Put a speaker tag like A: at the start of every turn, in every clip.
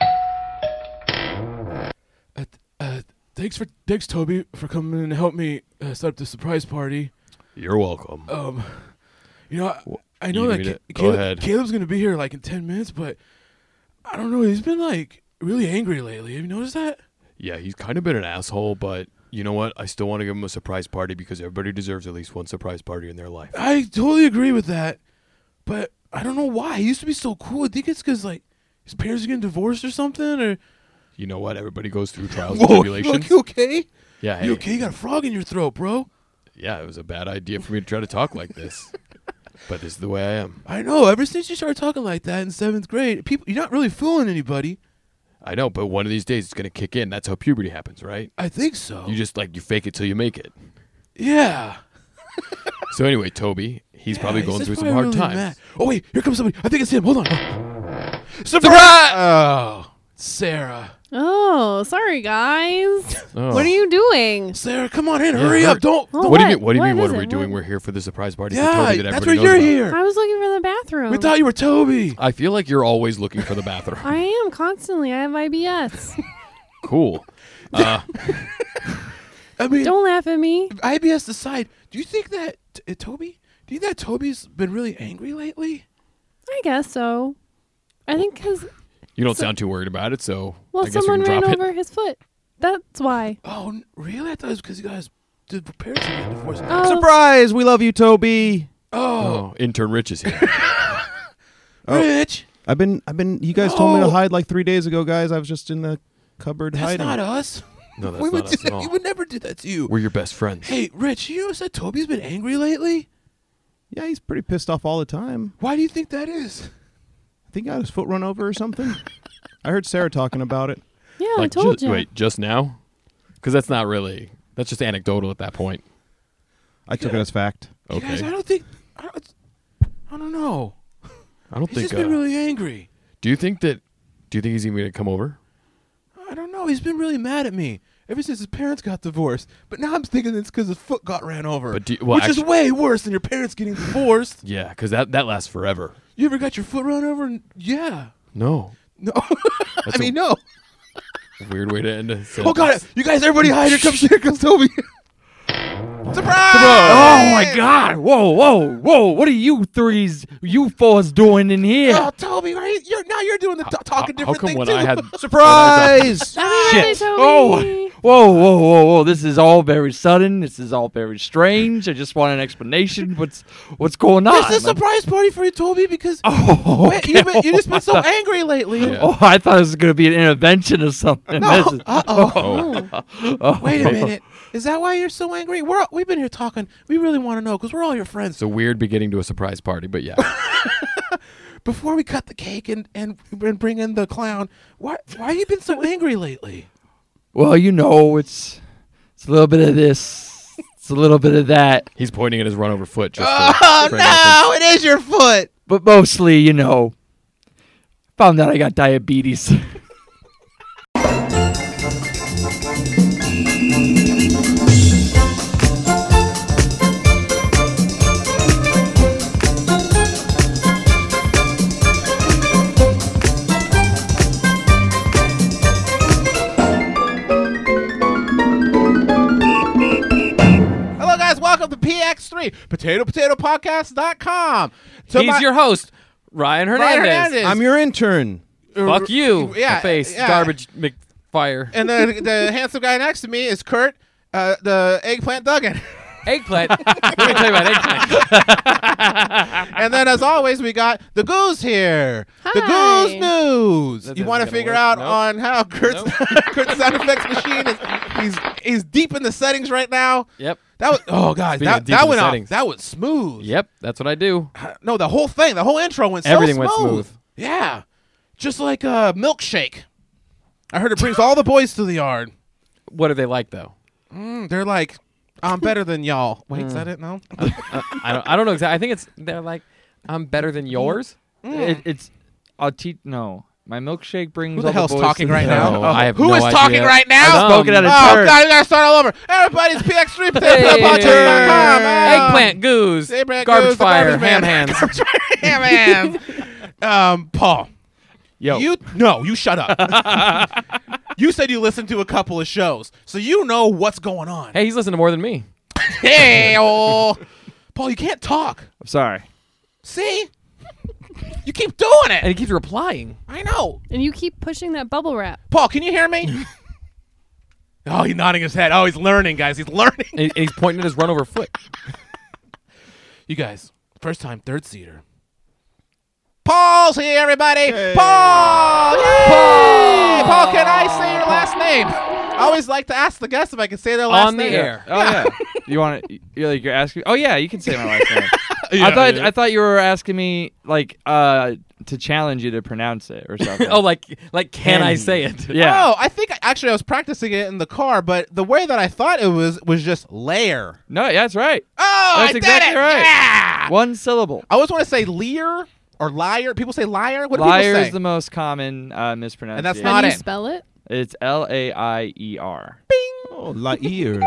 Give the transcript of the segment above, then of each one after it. A: uh, thanks for thanks Toby for coming and help me uh, set up the surprise party.
B: You're welcome.
A: Um, you know, I,
B: Wha-
A: I know
B: you
A: that
B: read
A: Ca-
B: it. Go
A: Caleb,
B: ahead.
A: Caleb's gonna be here like in ten minutes, but I don't know. He's been like really angry lately. Have you noticed that?
B: yeah, he's kind of been an asshole, but you know what? I still want to give him a surprise party because everybody deserves at least one surprise party in their life.
A: I totally agree with that, but I don't know why he used to be so cool. I think it's because like his parents are getting divorced or something. Or
B: You know what? Everybody goes through trials and tribulations.
A: you okay?
B: Yeah, hey,
A: You okay? You got a frog in your throat, bro.
B: yeah, it was a bad idea for me to try to talk like this, but this is the way I am.
A: I know. Ever since you started talking like that in seventh grade, people you're not really fooling anybody.
B: I know, but one of these days it's gonna kick in. That's how puberty happens, right?
A: I think so.
B: You just like you fake it till you make it.
A: yeah.
B: So anyway, Toby, he's probably
A: Yeah,
B: going
A: he's
B: through
A: just
B: some
A: probably
B: hard
A: really mad.
B: times.
A: Oh wait, here comes somebody. I think it's him. Hold on.
B: Surprise!
A: Oh, Sarah.
C: Oh, sorry guys.
B: Oh.
C: What are you doing?
A: Sarah, come on in.
B: Yeah,
A: Hurry
B: hurry.
A: up. Don't.
C: Oh,
A: don't-
B: What, do you mean? What do you
C: What
B: mean? What
C: is
B: are we
C: it?
B: doing?
C: What-
B: We're here for the surprise party for
A: yeah,
B: Toby that
A: that's why
B: everybody
A: you're
B: knows about.
C: I
A: here.
C: was looking for the bathroom.
A: We thought you were Toby.
B: I feel like you're always looking for the bathroom.
C: I am constantly. I have IBS.
B: cool. Uh,
A: I mean,
C: Don't laugh at me.
A: IBS aside, do you think that uh, Toby? Do you think that Toby's been really angry lately?
C: I guess so. I think because
B: you don't sound too worried about it, so
C: well,
B: I guess we
C: someone
B: can
C: ran
B: drop it.
C: over his foot. That's why.
A: Oh, n- really? I thought it was because you guys did prepare to get divorced.
C: Oh,
D: Surprise! We love you, Toby.
A: Oh,
B: Oh, intern Rich is here.
A: Rich,
D: I've been, I've been. You guys told me
A: Oh.
D: to hide like three days ago, guys. I was just in the cupboard
A: that's
D: hiding.
A: not us.
B: No, that's
A: we would
B: not
A: do
B: us at
A: that-
B: all.
A: We would never do that to you.
B: We're your best friends.
A: hey, Rich, you notice that Toby's been angry lately?
D: yeah, he's pretty pissed off all the time.
A: Why do you think that is?
D: I think I had his foot run over or something. I heard Sarah talking about it.
C: Oh, yeah, I
B: like,
C: told
B: ju-
C: you.
B: wait, just now? Because that's not really. That's just anecdotal at that point.
D: I took it as fact. Oh.
A: You
B: Okay.
A: guys, I don't think. I don't, I don't know.
B: I don't
A: He's
B: think.
A: just
B: Uh,
A: been really angry.
B: do you think that? Do you think he's even gonna come over?
A: I don't know. He's been really mad at me ever since his parents got divorced. But now I'm thinking it's because his foot got ran over,
B: But do you- well,
A: which is
B: actu-
A: way worse than your parents getting divorced.
B: Yeah, because that that lasts forever.
A: you ever got your foot run over? And, yeah.
B: No,
A: No. I
B: That's
A: mean,
B: a-
A: no.
B: weird way to end it.
A: Oh God! You guys, everybody hide! Here comes here comes Toby.
E: Oh my God! Whoa, whoa, whoa! What are you threes, you fours doing in here?
A: Oh, Toby, right? You're now you're doing the t- talking
B: How
A: different
B: come
A: thing
B: when
A: too.
B: I had
D: Surprise!
C: Sorry,
E: Shit.
C: Toby.
E: Oh, whoa, whoa, whoa, whoa! This is all very sudden. This is all very strange. I just want an explanation. What's what's going on?
A: It's a surprise party for you, Toby, because
E: oh,
A: Wait, you've, been,
E: okay.
A: you've just been so angry lately.
B: Yeah.
E: Oh, I thought it was going to be an intervention or something. This is-
A: Uh oh.
B: oh,
A: Wait a minute. Is that why you're so angry? We're all, we've been here talking. We really want to know because we're all your friends.
B: it's a weird beginning to a surprise party, but yeah.
A: before we cut the cake and and, and bring in the clown, why why you been so angry lately?
E: well, you know, it's it's a little bit of this, it's a little bit of that,
B: He's pointing at his run over foot. Just oh
A: it is your foot.
E: but mostly, you know, found out I got diabetes.
A: Hello guys, welcome to PX3 Potato Potato Podcast.com. To
F: He's
A: my-
F: your host, Ryan Hernandez.
A: Brian Hernandez.
D: I'm your intern.
F: Fuck you,
A: Yeah,
F: face
A: yeah.
F: garbage McFire.
A: and the the handsome guy next to me is Kurt, uh, the eggplant Duggan.
F: Eggplant. Let me tell you about eggplant.
A: And then, as always, we got the goose here. The
C: Hi.
A: goose news.
F: That
A: you
F: isn't
A: want to
F: gonna
A: figure
F: work.
A: out
F: Nope.
A: on how Kurt's, Kurt's sound effects machine is. He's he's deep in the settings right now.
F: Yep.
A: That was oh god.
F: Speaking
A: That,
F: of deep
A: that
F: in the
A: went off.
F: settings.
A: That was smooth.
F: Yep, that's what I do.
A: No, the whole thing. The whole intro went. so
F: Everything went
A: smooth.
F: smooth.
A: Yeah, just like a milkshake. I heard it brings all the boys to the yard.
F: What are they like though?
A: Mm, they're like, I'm better than y'all. Wait, is that it? No.
F: Uh, I don't. I don't know exactly. I think it's they're like, I'm better than yours.
E: It, it's I'll teach. No, my milkshake brings.
A: Hmm. Who the
E: all
A: hell's
E: boys
A: talking
E: to Uh,
A: right
E: the-
A: now? Uh,
F: No, I have
A: Who
F: no
A: is
F: idea.
A: talking right now?
F: I've spoken
E: at
A: Oh
E: a
A: god,
E: turn.
A: we gotta start all over. Everybody's PX3
F: Hey,
A: podcast.com.
F: eggplant goose,
A: Eggplant
F: garbage
A: goose, the
F: fire,
A: garbage
F: ham
A: man.
F: hands.
A: Ham hands. Um, Paul.
B: Yo,
A: You no, you shut up. You said you listened to a couple of shows, so you know what's going on.
F: Hey, he's listening to more than me.
A: Hey, oh. Paul, you can't talk.
E: I'm sorry.
A: See? You keep doing
F: And
A: it.
F: he keeps replying.
A: I know.
C: And you keep pushing that bubble wrap.
A: Paul, can you hear me? oh, he's nodding his head. Oh, he's learning, guys. He's learning.
F: And, and he's pointing at his run over foot.
A: You guys, first time, third seater. Paul's here, everybody. Paul! Yay! Paul! can I say your last name? I always like to ask the guests if I can say their last
F: On the
A: name.
F: air.
E: Oh yeah. you want to? You're like you're asking. Oh yeah, you can say my last name. I thought I thought you were asking me like uh to challenge you to pronounce it or something.
F: oh, like like can I say it?
E: yeah.
A: Oh, I think actually I was practicing it in the car, but the way that I thought it was was just lair.
E: No, yeah, that's right.
A: Oh,
E: That's
A: I
E: exactly
A: did it!
E: right.
F: Ah.
A: Yeah!
E: One syllable.
A: I always want to say leer or liar. People say liar. What do
E: Liar
A: people say?
E: is the most common uh, mispronunciation.
A: that's
C: How
A: Not
C: do you
A: it.
C: spell it?
E: It's L A I E R.
D: Oh, la ear.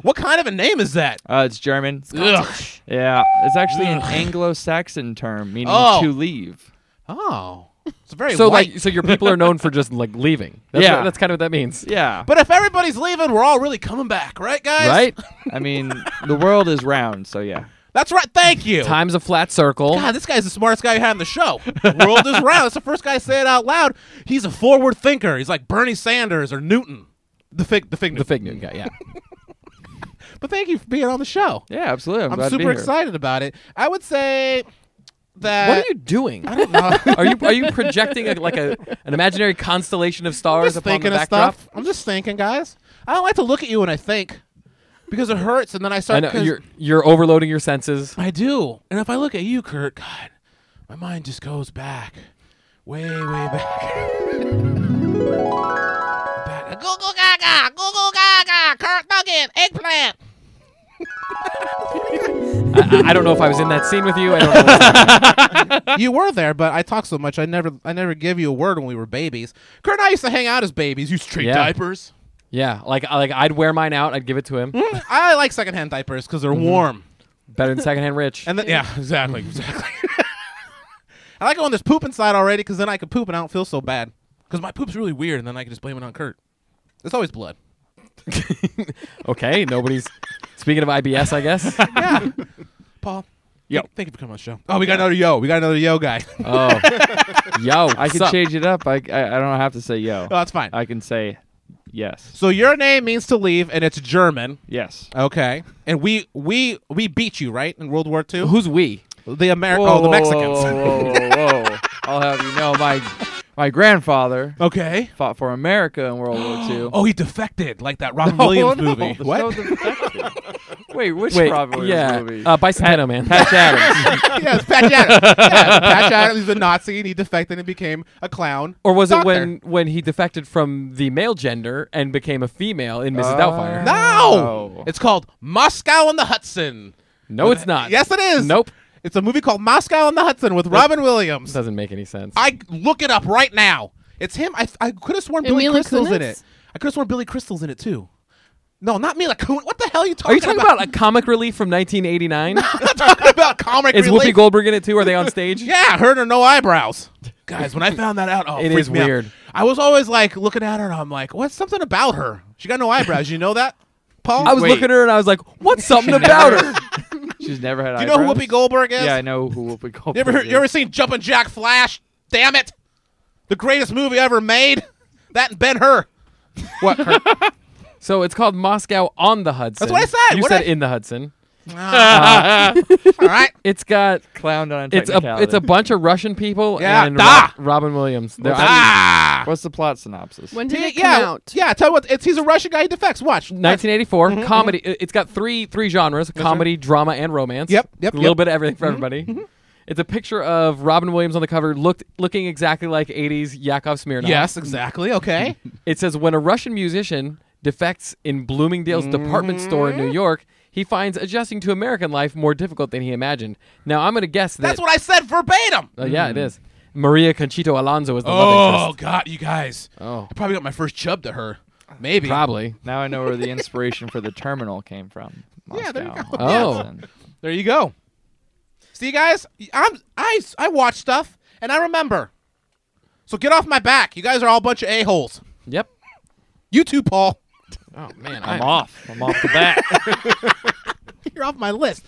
A: what kind of a name is that?
E: Uh, it's German.
A: Ugh.
E: Yeah, it's actually an Anglo-Saxon term meaning
A: Oh.
E: to leave.
A: Oh, it's very
F: So
A: white.
F: like so your people are known for just like leaving. That's
E: Yeah.
F: what- that's kind of what that means.
E: Yeah,
A: but if everybody's leaving, we're all really coming back, right, guys?
F: Right?
E: I mean the world is round, so yeah.
A: That's right. Thank you.
F: Time's a flat circle.
A: God, this guy's the smartest guy you had on the show. The world is round. That's the first guy to say it out loud. He's a forward thinker. He's like Bernie Sanders or Newton. The fig, the fig,
F: The fig newton guy, yeah.
A: But thank you for being on the show.
E: Yeah, absolutely. I'm,
A: I'm,
E: glad to be
A: super
E: here.
A: excited about it. I would say that.
F: what are you doing?
A: I don't know.
F: Are you are you projecting a, like a an imaginary constellation of
A: I'm
F: stars
A: just
F: upon the
A: thinking of
F: backdrop?
A: stuff. I'm just thinking, guys. I don't like to look at you when I think because it hurts, and then I
F: I
A: start.
F: know
A: 'cause-
F: you're you're overloading your senses.
A: I do, and if I look at you, Kurt, God, my mind just goes back, way, way back. back. Google Gaga, Google Gaga, Kurt Duggan, eggplant.
F: I, I don't know if I was in that scene with you. I don't know.
A: you were there, but I talk so much. I never, I never give you a word when we were babies. Kurt and I used to hang out as babies. You treat
F: Yeah.
A: diapers.
F: yeah, like like I'd wear mine out. I'd give it to him.
A: Mm, I like secondhand diapers because they're
F: Mm-hmm.
A: warm.
F: Better than secondhand rich.
A: And then, yeah, exactly, exactly. I like it when there's poop inside already because then I can poop and I don't feel so bad because my poop's really weird and then I can just blame it on Kurt. It's always blood.
F: okay, nobody's speaking of IBS. I guess.
A: Yeah, Paul.
E: Yo.
A: thank- thank you for coming on the show. Oh, we got another yo. We got another yo guy. oh,
F: Oh, yo,
E: I can
F: sup?
E: change it up. I, I I don't have to say yo.
A: that's fine.
E: I can say yes.
A: Uh, so your name means to leave and it's German.
E: Yes.
A: Okay, and we we we beat you right in World War II.
F: Who's we?
A: The Amer
E: Whoa,
A: oh the
E: whoa,
A: Mexicans.
E: Whoa, whoa, whoa, whoa. I'll have you know my my grandfather
A: okay.
E: fought for America in World War II.
A: Uh, Oh, he defected like that Robin Williams movie.
E: There's
A: What?
E: no defective. Wait, which
F: Wait,
E: Robin Williams
F: yeah,
E: movie?
F: uh, Bicentennial Man.
E: Patch Adams.
A: yeah, it's Patch Adams. Yeah, Patch Adams. He's a Nazi and he defected and became a clown.
F: Or was
A: doctor.
F: it when when he defected from the male gender and became a female in Mrs.
E: Uh,
F: Doubtfire?
A: No,
E: No.
A: it's called Moscow on the Hudson.
F: No, it's not.
A: Yes, it is.
F: Nope.
A: It's a movie called Moscow on the Hudson with Robin Williams.
F: Doesn't make any sense.
A: I look it up right now. It's him. I, I could have sworn
C: And
A: Billy
C: Mila
A: Crystal's in
C: Kunis?
A: it. I could have sworn Billy Crystal's in it too. No, not Mila Kunis. What the hell are you talking
F: Are you talking about a comic relief from 1989?
A: I'm not talking about comic
F: Is
A: relief.
F: Whoopi Goldberg in it too? Are they on stage?
A: Yeah, her or no eyebrows. Guys, when I found that out, oh,
F: It
A: freaked
F: is
A: me out.
F: weird.
A: I was always like looking at her and I'm like, what's something about her? She got no eyebrows. You know that? Paul?
F: I was looking at her and I was like, "What's something about her?"
E: She's never had
A: Do you know who
E: eyebrows.
A: Whoopi Goldberg is?
E: Yeah, I know who Whoopi Goldberg
A: You ever heard,
E: is.
A: you ever seen Jumpin' Jack Flash? Damn it. The greatest movie ever made. That and Ben Hur. What? Kurt?
F: So it's called Moscow on the Hudson.
A: what I said.
F: You
A: What
F: said
A: I-
F: in the Hudson.
A: Ah. Uh, all right.
F: It's got
E: clowned on
F: it's a it's a bunch of Russian people
A: Yeah.
F: and
A: Da.
F: Ro- Robin Williams. They're-
A: Ah.
E: What's the plot synopsis?
C: When did
A: Yeah,
C: it come
A: yeah,
C: out?
A: yeah. Tell you what, it's he's a Russian guy. He defects. Watch.
F: 1984 comedy. it- It's got three three genres: comedy, drama, and romance.
A: Yep, yep,
F: A little
A: yep.
F: bit of everything for everybody. It's a picture of Robin Williams on the cover, looked looking exactly like 80s Yakov Smirnoff.
A: Yes, exactly. Okay.
F: It says when a Russian musician defects in Bloomingdale's department store in New York, he finds adjusting to American life more difficult than he imagined. Now I'm going to guess that.
A: That's what I said verbatim.
F: Uh, yeah, it is. Maria Conchito Alonso is the love
A: Oh
F: interest.
A: God, you guys!
F: Oh.
A: I probably got my first chub to her. Maybe.
F: Probably.
E: Now I know where the inspiration for the terminal came from. Moscow.
A: Yeah, there you go.
F: Oh.
E: Hudson.
A: There you go. See, guys, I'm I I watch stuff and I remember. So get off my back. You guys are all a bunch of a-holes.
F: Yep.
A: You too, Paul.
F: Oh man,
E: I'm off. I'm off the bat.
A: You're off my list.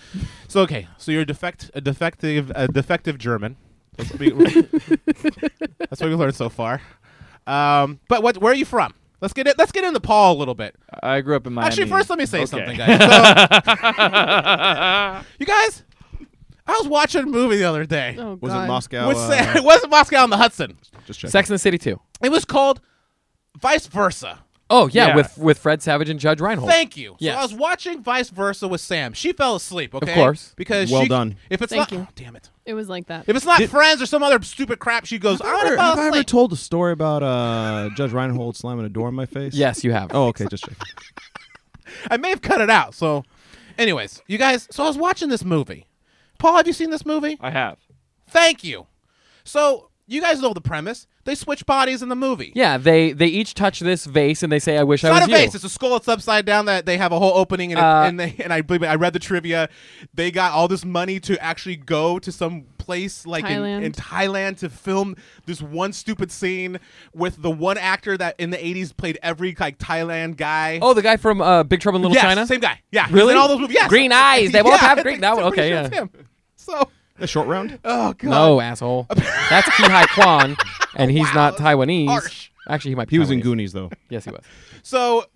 A: So okay, so you're a defect a defective a defective German. That's what we, that's what we learned so far. Um, but what? Where are you from? Let's get it. Let's get into Paul a little bit.
E: I grew up in Miami.
A: Actually, first let me say
E: Okay.
A: something, guys. So, you guys, I was watching a movie the other day.
C: Oh, God.
D: Was it Moscow?
A: What's that?
D: uh,
A: it wasn't Moscow on the Hudson.
D: just check.
F: Sex and the City too.
A: It was called Vice Versa.
F: Oh yeah,
E: Yeah.
F: with with Fred Savage and Judge Reinhold.
A: Thank you.
F: Yes.
A: So I was watching Vice Versa with Sam. She fell asleep. Okay.
F: course.
A: Because
D: Well
A: she-
D: done.
A: If it's
C: Thank
A: not, Oh,
C: you.
A: damn it.
C: It was like that.
A: If it's not Friends or some other stupid crap, she goes. I
D: Have I
A: want to
D: ever-
A: fall
D: have I ever
A: asleep.
D: told a story about uh, Judge Reinhold slamming a door in my face?
F: yes, you have.
D: Oh, okay. Just check.
A: I may have cut it out. So, anyways, you guys. So I was watching this movie. Paul, have you seen this movie?
E: I have.
A: Thank you. So you guys know the premise. They switch bodies in the movie.
F: Yeah, they they each touch this vase and they say, "I wish
A: It's
F: I was
A: not a
F: you."
A: vase. It's a skull. It's upside down. That they have a whole opening, and, it,
F: Uh,
A: and they and I believe it, I read the trivia. They got all this money to actually go to some place like in- In,
C: Thailand.
A: Thailand to film this one stupid scene with the one actor that in the '80s played every like Thailand guy.
F: Oh, the guy from uh, Big Trouble in Little
A: yes,
F: China.
A: same guy. Yeah, he's
F: Really?
A: In all those movies. Yes.
F: Green eyes. They
A: Yeah,
F: both have
A: I
F: green-
A: think-
F: that one-
A: I'm pretty
F: okay,
A: sure
F: yeah.
A: it's him. So,
D: A short round.
A: oh god.
F: No, asshole. That's Kihai Kwan, and he's not Taiwanese.
A: harsh.
F: Actually, he might. Be
D: He was in
F: Taiwanese.
D: Goonies though.
F: Yes, he was.
A: So,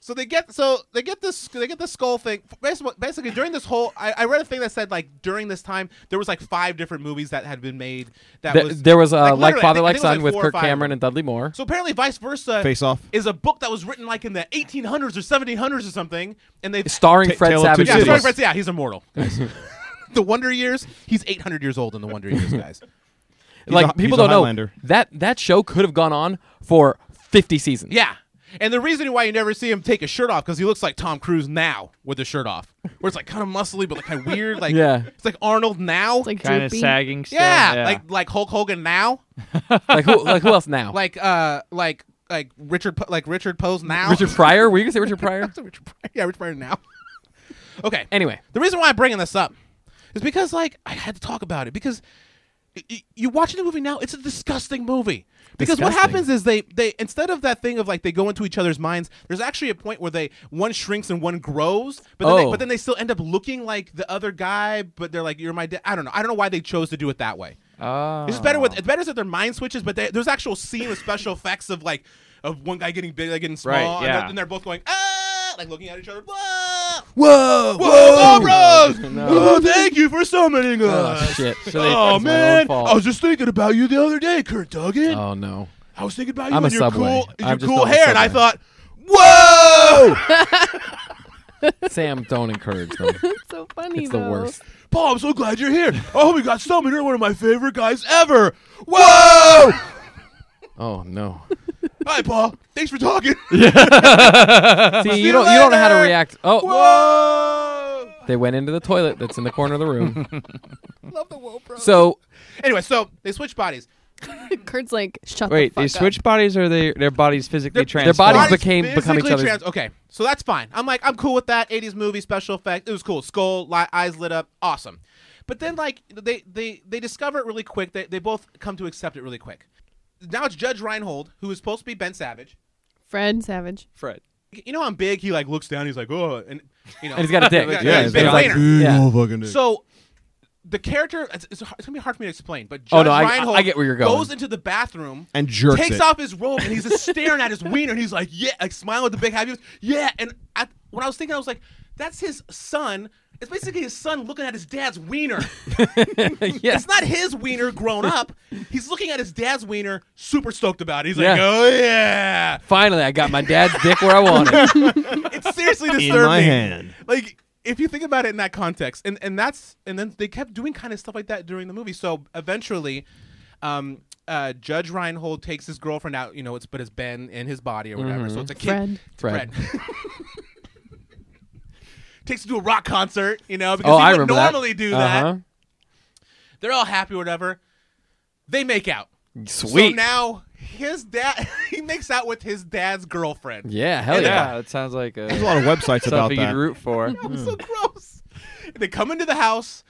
A: so they get so they get this they get this skull thing. Basically, basically during this whole, I, I read a thing that said like during this time there was like five different movies that had been made. That
F: Th-
A: was
F: there was uh,
A: literally,
F: like,
A: I think-
F: Father
A: I
F: Like
A: think it was,
F: Son with
A: four or
F: Kirk
A: five.
F: Cameron and Dudley Moore.
A: So apparently, Vice Versa
D: Face off.
A: is a book that was written like in the 1800s or 1700s or something, and they
F: starring
D: Ta-
F: Fred
D: Tale of Two
F: Savage.
A: Yeah,
F: and
D: Cities.
A: sorry,
F: Dudley
D: Cities.
F: Moore.
A: Fred, yeah, he's immortal. guys. the Wonder Years. He's 800 years old in the Wonder Years, guys.
F: like
D: a- he's
F: people
D: a
F: don't know
D: Highlander.
F: that that show could have gone on for 50 seasons.
A: Yeah. And the reason why you never see him take his shirt off because he looks like Tom Cruise now with the shirt off, where it's like kind of muscly but like kind of weird. Like
F: Yeah.
A: it's like Arnold now.
C: it's like
E: Kind of
C: droopy.
E: sagging stuff.
A: yeah, like like Hulk Hogan now.
F: Like who like who else now?
A: Like uh like like Richard Po- like Richard Pose now.
F: Richard Pryor? Were you gonna say Richard Pryor?
A: Richard Pryor. Yeah, Richard Pryor now. okay.
F: Anyway,
A: The reason why I'm bringing this up is because like I had to talk about it because y- y- you watching the movie now it's a disgusting movie because what
F: Disgusting.
A: happens is they they instead of that thing of like they go into each other's minds there's actually a point where they one shrinks and one grows but then, they,
F: Oh.
A: but then they still end up looking like the other guy but they're like you're my dad i don't know i don't know why they chose to do it that way
E: Oh.
A: it's just better with it's better that their mind switches, but they, there's actual scene with special effects of like of one guy getting big, like getting small,
E: Right,
A: and,
E: yeah.
A: they're, and they're both going ah, like looking at each other. Whoa,
F: whoa,
A: whoa, bros! Oh, thank you for summoning us.
F: Oh shit! So
A: Oh
F: they- it's my own
A: man,
F: fault.
A: I was just thinking about you the other day, Kurt Duggan.
F: oh no!
A: I was thinking about you
F: I'm a
A: and your
F: Subway.
A: cool, and
F: I'm
A: your
F: just
A: cool
F: not a
A: hair, and I
F: Subway.
A: thought, whoa,
F: Sam, don't encourage them.
C: It's so funny
F: It's the
C: though.
F: worst.
A: Paul, I'm so glad you're here. Oh, we got summoned. You're one of my favorite guys ever. Whoa!
F: Oh no!
A: Hi, Paul. Thanks for talking.
F: See,
A: you
F: you don't you don't know how to
A: later.
F: react. Oh,
A: Whoa!
F: they went into the toilet that's in the corner of the room. Love the bro. So
A: Anyway, so they switch bodies.
C: Kurt's like, shut
E: Wait,
C: the fuck
E: they
C: up.
E: switch bodies or they their bodies physically
A: Their-
F: their
E: transform?
F: bodies
A: Bodies
F: became become each
A: physically
F: other.
A: trans- okay, so that's fine. I'm like, I'm cool with that. 80s movie special effect. It was cool. Skull, li- eyes lit up, awesome. But then, like, they they they discover it really quick. They they both come to accept it really quick. Now it's Judge Reinhold, who is supposed to be Ben Savage.
C: Fred Savage.
E: Fred.
A: You know, how I'm big. He like looks down. He's like, oh, and you know,
F: and he's got a dick.
A: Yeah,
D: Yeah,
A: he's
D: he's
A: big
D: got like,
A: wiener.
D: big
F: Yeah.
D: old fucking dick.
A: So the character it's, it's, it's gonna be hard for me to explain, but
F: Oh,
A: Judge
F: no, I- I-
A: Reinhold
F: I get where you're going.
A: goes into the bathroom
D: And jerks
A: takes
D: it.
A: off his robe, and he's just staring at his wiener, and he's like, yeah, like smiling with the big happy, face. yeah. And I, when I was thinking, I was like, that's his son. It's basically his son looking at his dad's wiener.
F: yeah.
A: It's not his wiener grown up. He's looking at his dad's wiener, super stoked about it. He's like,
F: Yeah.
A: oh yeah.
F: Finally, I got my dad's dick where I want it.
A: It seriously disturbed
D: my
A: me.
D: hand.
A: Like if you think about it in that context, and and that's and then they kept doing kind of stuff like that during the movie. So eventually, um, uh, Judge Reinhold takes his girlfriend out. You know, it's but it's Ben in his body or whatever.
F: Mm-hmm.
A: So it's a kid.
C: Fred.
F: Fred.
A: takes her to a rock concert. You know, because
F: Oh,
A: he
F: I
A: would
F: remember that.
A: normally do
F: Uh-huh.
A: that. They're all happy or whatever. They make out.
F: Sweet.
A: So now his dad he makes out with his dad's girlfriend.
F: yeah, hell
A: And-
F: yeah.
E: Yeah, that sounds like a,
D: There's a lot of websites about
F: Mm.
E: something you'd
D: that.
E: root for.
A: That was so gross. They come into the house.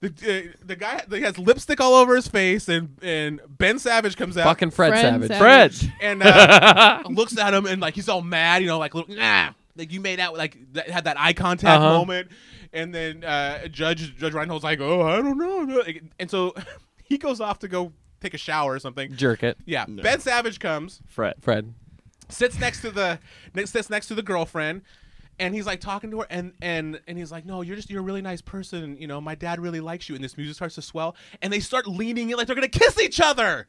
A: The, uh, the guy he has lipstick all over his face, and and Ben Savage comes out
F: Fucking Fred,
C: Fred
F: Savage.
C: Savage.
E: Fred.
A: and uh, looks at him, and like he's all mad, you know, like little, nah, like you made out, like that, had that eye contact
F: Uh-huh.
A: moment, and then uh, Judge Judge Reinhold's like, oh, I don't know, and so he goes off to go take a shower or something.
F: Jerk it.
A: Yeah, Ben Savage comes,
E: Fred.
F: Fred.
A: sits next to the ne- sits next to the girlfriend and he's like talking to her and and and he's like no you're just you're a really nice person and, you know my dad really likes you and this music starts to swell and they start leaning in like they're gonna kiss each other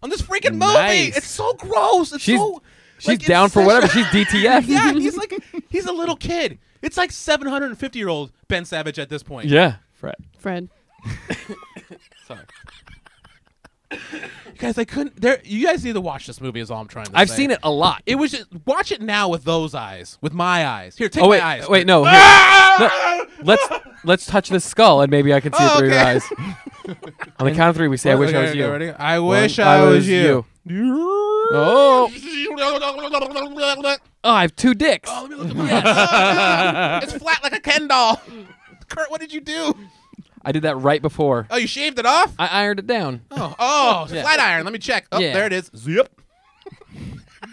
A: on this freaking movie
F: Nice.
A: it's so gross it's
F: She's
A: so
F: she's
A: like, it's
F: down for
A: such-
F: whatever. She's DTF.
A: yeah he's like he's a little kid it's like 750 year old ben savage at this point
F: yeah.
E: Fred.
C: Fred.
A: you guys i couldn't there you guys need to watch this movie is all i'm trying to
F: I've
A: say.
F: seen it a lot.
A: it was just watch it now with those eyes with my eyes here take
F: oh wait,
A: my eyes
F: wait, no. here. No, Let's let's touch the skull and maybe I can see it
A: Oh,
F: through your
A: okay. Oh,
F: eyes. On the count of three, we say, "I wish I was you."
A: I
F: One,
A: wish I, was, you.
F: Oh,
A: Oh,
F: oh, I have two dicks.
A: let me look at my ass. it's flat like a Ken doll. Kurt, what did you do?
F: I did that right before.
A: Oh, you shaved it off?
F: I ironed it down.
A: Oh, oh it's a
F: Yeah.
A: flat iron. Let me check. Oh,
F: Yeah.
A: there it is. Zip.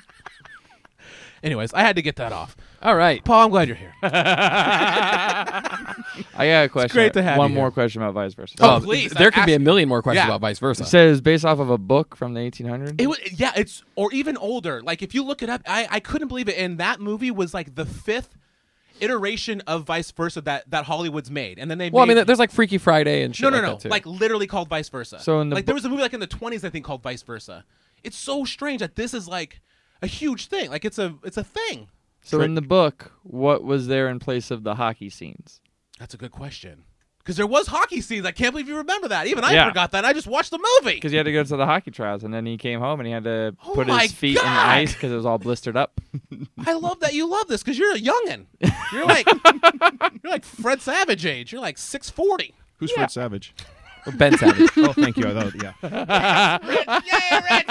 A: Anyways, I had to get that off.
F: All right.
A: Paul, I'm glad you're here.
E: I got a question.
A: great to have
E: One
A: you
E: more
A: here.
E: question about vice versa. Um,
A: Oh, please,
F: There could be a
A: ask-
F: million more questions
A: Yeah.
F: about vice
E: It
F: versa.
E: says based off of a book from the 1800s.
A: It was, yeah, it's or even older. Like if you look it up, I, I couldn't believe it. And that movie was like the fifth iteration of Vice Versa that that Hollywood's made. And then they
F: Well, I
A: made
F: mean, there's like Freaky Friday and shit.
A: no, no,
F: like
A: no,
F: that, too.
A: like literally called Vice Versa.
E: So in the
A: like there
E: bo-
A: was a movie like in the 20s I think called Vice Versa. It's so strange that this is like a huge thing. Like it's a it's a thing.
E: so in the book, what was there in place of the hockey scenes?
A: That's a good question. Because there was hockey scenes. I can't believe you remember that. Even I
E: Yeah.
A: forgot that. I just watched the movie.
E: Because he had to go to the hockey trials, and then he came home and he had to
A: Oh
E: put
A: my
E: his feet in the
A: God!
E: ice because it was all blistered up.
A: I love that you love this because you're a youngin. You're like you're like Fred Savage age. You're like six forty.
D: Who's Fred Savage?
F: Ben Savage.
D: Oh, thank you. I thought, yeah.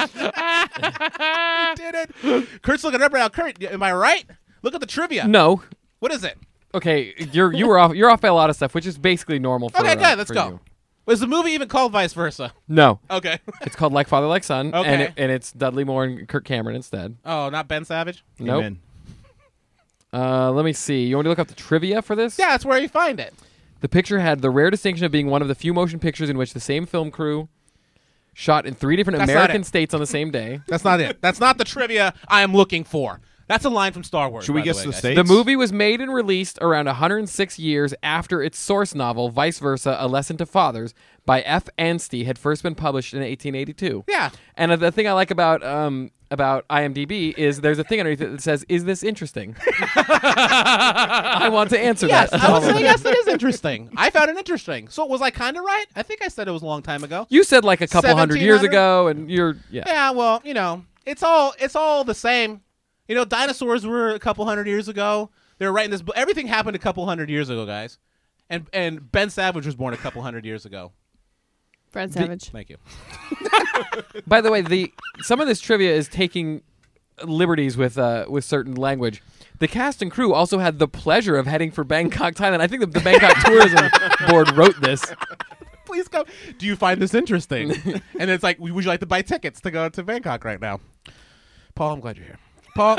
A: Yay, Rich! You did it. Kurt's looking up right now. Kurt, am I right? Look at the trivia.
F: no.
A: What is it?
F: Okay, you're you were off. You're off by a lot of stuff, which is basically normal. For,
A: Okay,
F: uh,
A: good. Let's
F: for
A: go.
F: you.
A: Was the movie even called Vice Versa?
F: No,
A: Okay.
F: it's called Like Father, Like Son, and
A: Okay.
F: it, and it's Dudley Moore and Kirk Cameron instead.
A: oh, not Ben Savage?
F: Nope.
D: Amen.
F: Uh, let me see. You want me to look up the trivia for this?
A: Yeah, that's where you find it.
F: The picture had the rare distinction of being one of the few motion pictures in which the same film crew shot in three different
A: That's not
F: American
A: it.
F: states on the same day.
A: That's not it. That's not the trivia I am looking for. That's a line from Star Wars.
D: Should we
A: by
D: guess
A: way,
D: the
A: guys.
D: states?
F: The movie was made and released around 106 years after its source novel, Vice Versa, A Lesson to Fathers, by F. Anstey, had first been published in 1882.
A: Yeah.
F: And uh, the thing I like about um, about IMDb is there's a thing underneath it that says, "Is this interesting?" I want to answer
A: Yes,
F: that.
A: I would say yes, it is interesting. I found it interesting. So was I kind of right? I think I said it was a long time ago.
F: You said like a couple hundred years
A: 1700?
F: ago, and you're yeah.
A: Yeah, well, you know, it's all it's all the same. You know, dinosaurs were a couple hundred years ago. They were writing this. book. Everything happened a couple hundred years ago, guys. And and Ben Savage was born a couple hundred years ago.
C: Fred Savage.
A: Thank you.
F: By the way, the some of this trivia is taking liberties with uh, with certain language. The cast and crew also had the pleasure of heading for Bangkok, Thailand. I think the, the Bangkok Tourism Board wrote this.
A: Please come. Do you find this interesting? and it's like, would you like to buy tickets to go to Bangkok right now? Paul, I'm glad you're here. Paul,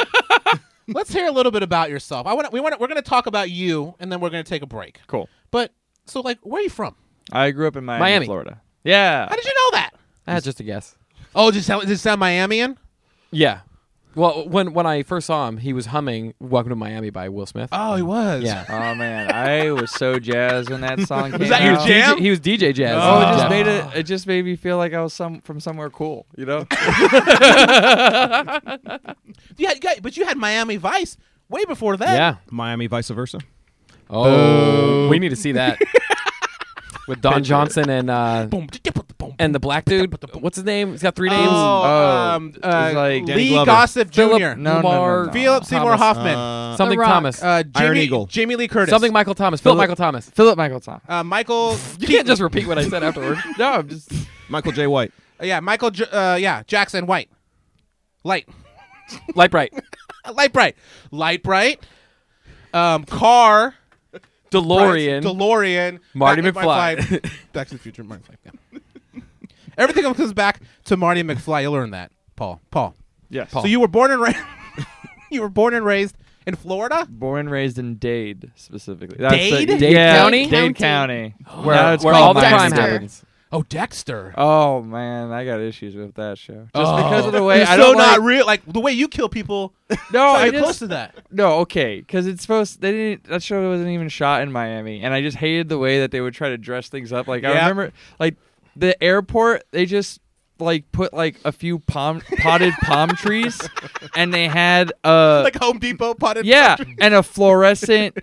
A: let's hear a little bit about yourself. I want we want we're going to talk about you, and then we're going to take a break.
E: Cool.
A: But so, like, where are you from?
E: I grew up in Miami,
F: Miami.
E: Florida. Yeah.
A: How did you know that?
F: That's just a guess.
A: Oh, does it sound, does it sound Miamian?
F: Yeah. Well, when when I first saw him, he was humming "Welcome to Miami" by Will Smith.
A: Oh, he was.
F: yeah.
E: Oh man, I was so jazzed when that song came.
A: that your
E: out.
A: jam?
F: He was DJ Jazz.
E: Oh, it
F: Yeah.
E: just made it. It just made me feel like I was some from somewhere cool. You know.
A: Yeah, you got- but you had Miami Vice way before that.
F: Yeah.
D: Miami, vice versa.
F: Oh, we need to see that with Don Johnson and uh,
A: Boom. boom.
F: and the black dude. What's his name? He's got three names.
A: oh,
E: Oh,
A: um,
E: it's
A: uh,
E: like
A: Lee
D: Danny Glover.
A: Gossip
F: Philip
A: Jr.
E: No, no, no,
F: Lamar-
E: no.
A: Philip Seymour
F: Thomas.
A: Hoffman.
D: Uh,
F: something
C: The Rock.
F: Thomas.
A: uh, Jimmy,
D: Iron Eagle.
A: Jamie Lee Curtis.
F: Something Michael Thomas. Philip Michael Thomas.
E: Philip Michael Tom.
A: Uh, Michael.
F: You can't just repeat what I said afterward.
E: No, I'm just.
D: Michael J. White.
A: Uh, yeah, Michael. J- uh, yeah, Jackson White. Light.
F: Light bright.
A: Uh, Light bright. Light bright. Um, Carr.
F: DeLorean.
A: Brian- DeLorean,
F: Marty
A: Back to
F: McFly.
A: Back to the Future, Marty McFly. Yeah. Everything comes back to Marty McFly. You'll learn that, Paul. Paul.
E: Yes.
F: Oh.
A: So you were born and raised. you were born and raised in Florida.
E: born and raised in Dade specifically. That's the-
A: Dade?
F: Dade
E: yeah,
F: County?
E: Dade
C: County.
E: County.
F: where,
E: Now it's
F: where all
E: called
F: the crime
C: Dexter.
F: happens.
A: Oh, Dexter.
E: Oh man, I got issues with that show. Just
A: Oh.
E: because of the way
A: It's
E: I
A: so
E: don't
A: not
E: like,
A: real. Like Oh, the way you kill people.
E: no,
A: I
E: I
A: get close
E: just
A: to that.
E: no okay because it's supposed they didn't that show wasn't even shot in Miami, and I just hated the way that they would try to dress things up. Like I
A: Yeah.
E: remember like the airport, they just like put like a few palm potted palm trees, and they had uh
A: Like Home Depot potted.
E: yeah, and a fluorescent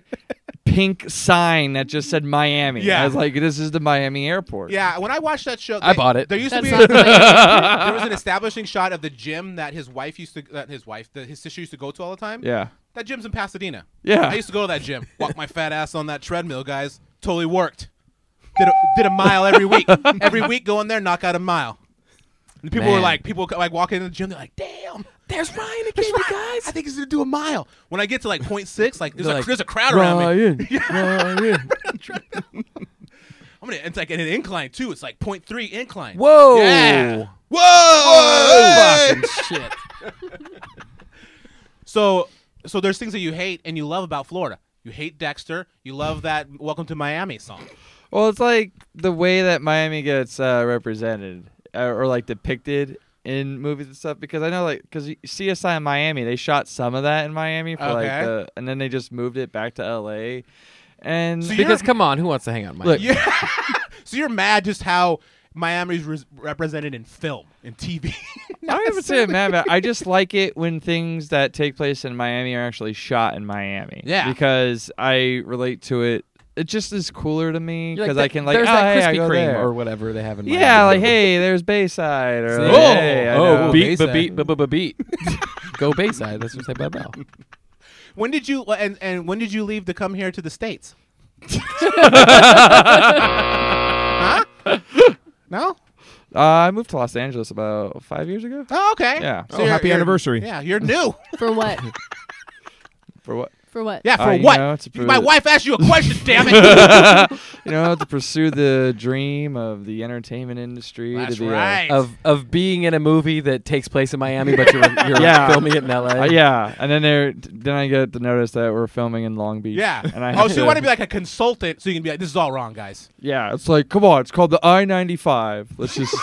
E: pink sign that just said Miami.
A: Yeah.
E: I was like, this is the Miami airport.
A: Yeah, when I watched that show,
F: I
A: they-
F: bought it.
A: There used
C: That
A: to be
C: sounds like
A: there was an establishing shot of the gym that his wife used to that his wife that his sister used to go to all the time.
E: yeah,
A: That gym's in Pasadena.
E: Yeah.
A: I used to go to that gym. Walk my fat ass on that treadmill, guys. Totally worked. Did a, did a mile every week. Every week, go in there, knock out a mile. And people were
F: Man.
A: like, people like walking in the gym. They're like, damn, there's Ryan again, you guys. I think he's gonna do a mile. When I get to like point six, like there's,
F: They're
A: a,
F: like,
A: there's a crowd around me.
E: Ryan, Ryan.
A: I'm gonna. It's like an incline too. It's like point three incline.
F: Whoa.
A: Yeah. Whoa. Hey!
F: Fucking shit.
A: So so there's things that you hate and you love about Florida. You hate Dexter. You love that Welcome to Miami song.
E: Well, it's like the way that Miami gets uh, represented uh, or like depicted in movies and stuff. Because I know, like, because CSI in Miami, they shot some of that in Miami for
A: Okay.
E: like, the, and then they just moved it back to LA. And
A: So you-
F: Because come on, who wants to hang out in Miami?
E: Look,
A: So you're mad just how Miami's re- represented in film and TV.
E: I don't even say I'm mad about. it. I just like it when things that take place in Miami are actually shot in Miami.
A: Yeah.
E: because I relate to it. It just is cooler to me
F: You're
E: because I
F: like,
E: can like,
F: there's
E: oh,
F: that
E: hey, I
F: Krispy
E: go
F: Kreme
E: there.
F: or whatever they have in Miami.
E: yeah, like hey, there's Bayside or
F: See?
E: like,
A: Oh,
E: hey, I
F: oh,
E: know.
F: beat,
A: Bayside.
F: beat, beat, beat, beat. Go Bayside. That's what I say, bye bye.
A: when did you and, and when did you leave to come here to the states? huh? No.
E: Uh, I moved to Los Angeles about five years ago.
A: Oh, okay.
E: Yeah.
A: So
D: Oh, happy anniversary.
A: Yeah, you're new.
C: For what?
E: For what?
C: For what?
A: Yeah, for
E: Uh, you
A: what?
E: know, it's a pr-
A: My wife asked you a question. damn it.
E: You know, to pursue the dream of the entertainment industry.
A: That's
E: to be a-
A: right.
F: Of of being in a movie that takes place in Miami, but you're, you're
E: Yeah.
F: filming it in L.A.
E: Uh, yeah, and then there, then I get the notice that we're filming in Long Beach.
A: yeah.
E: and I
A: oh, so you want to be like a consultant, so you can be like, this is all wrong, guys.
E: Yeah, it's like, come on, it's called the I ninety five. Let's just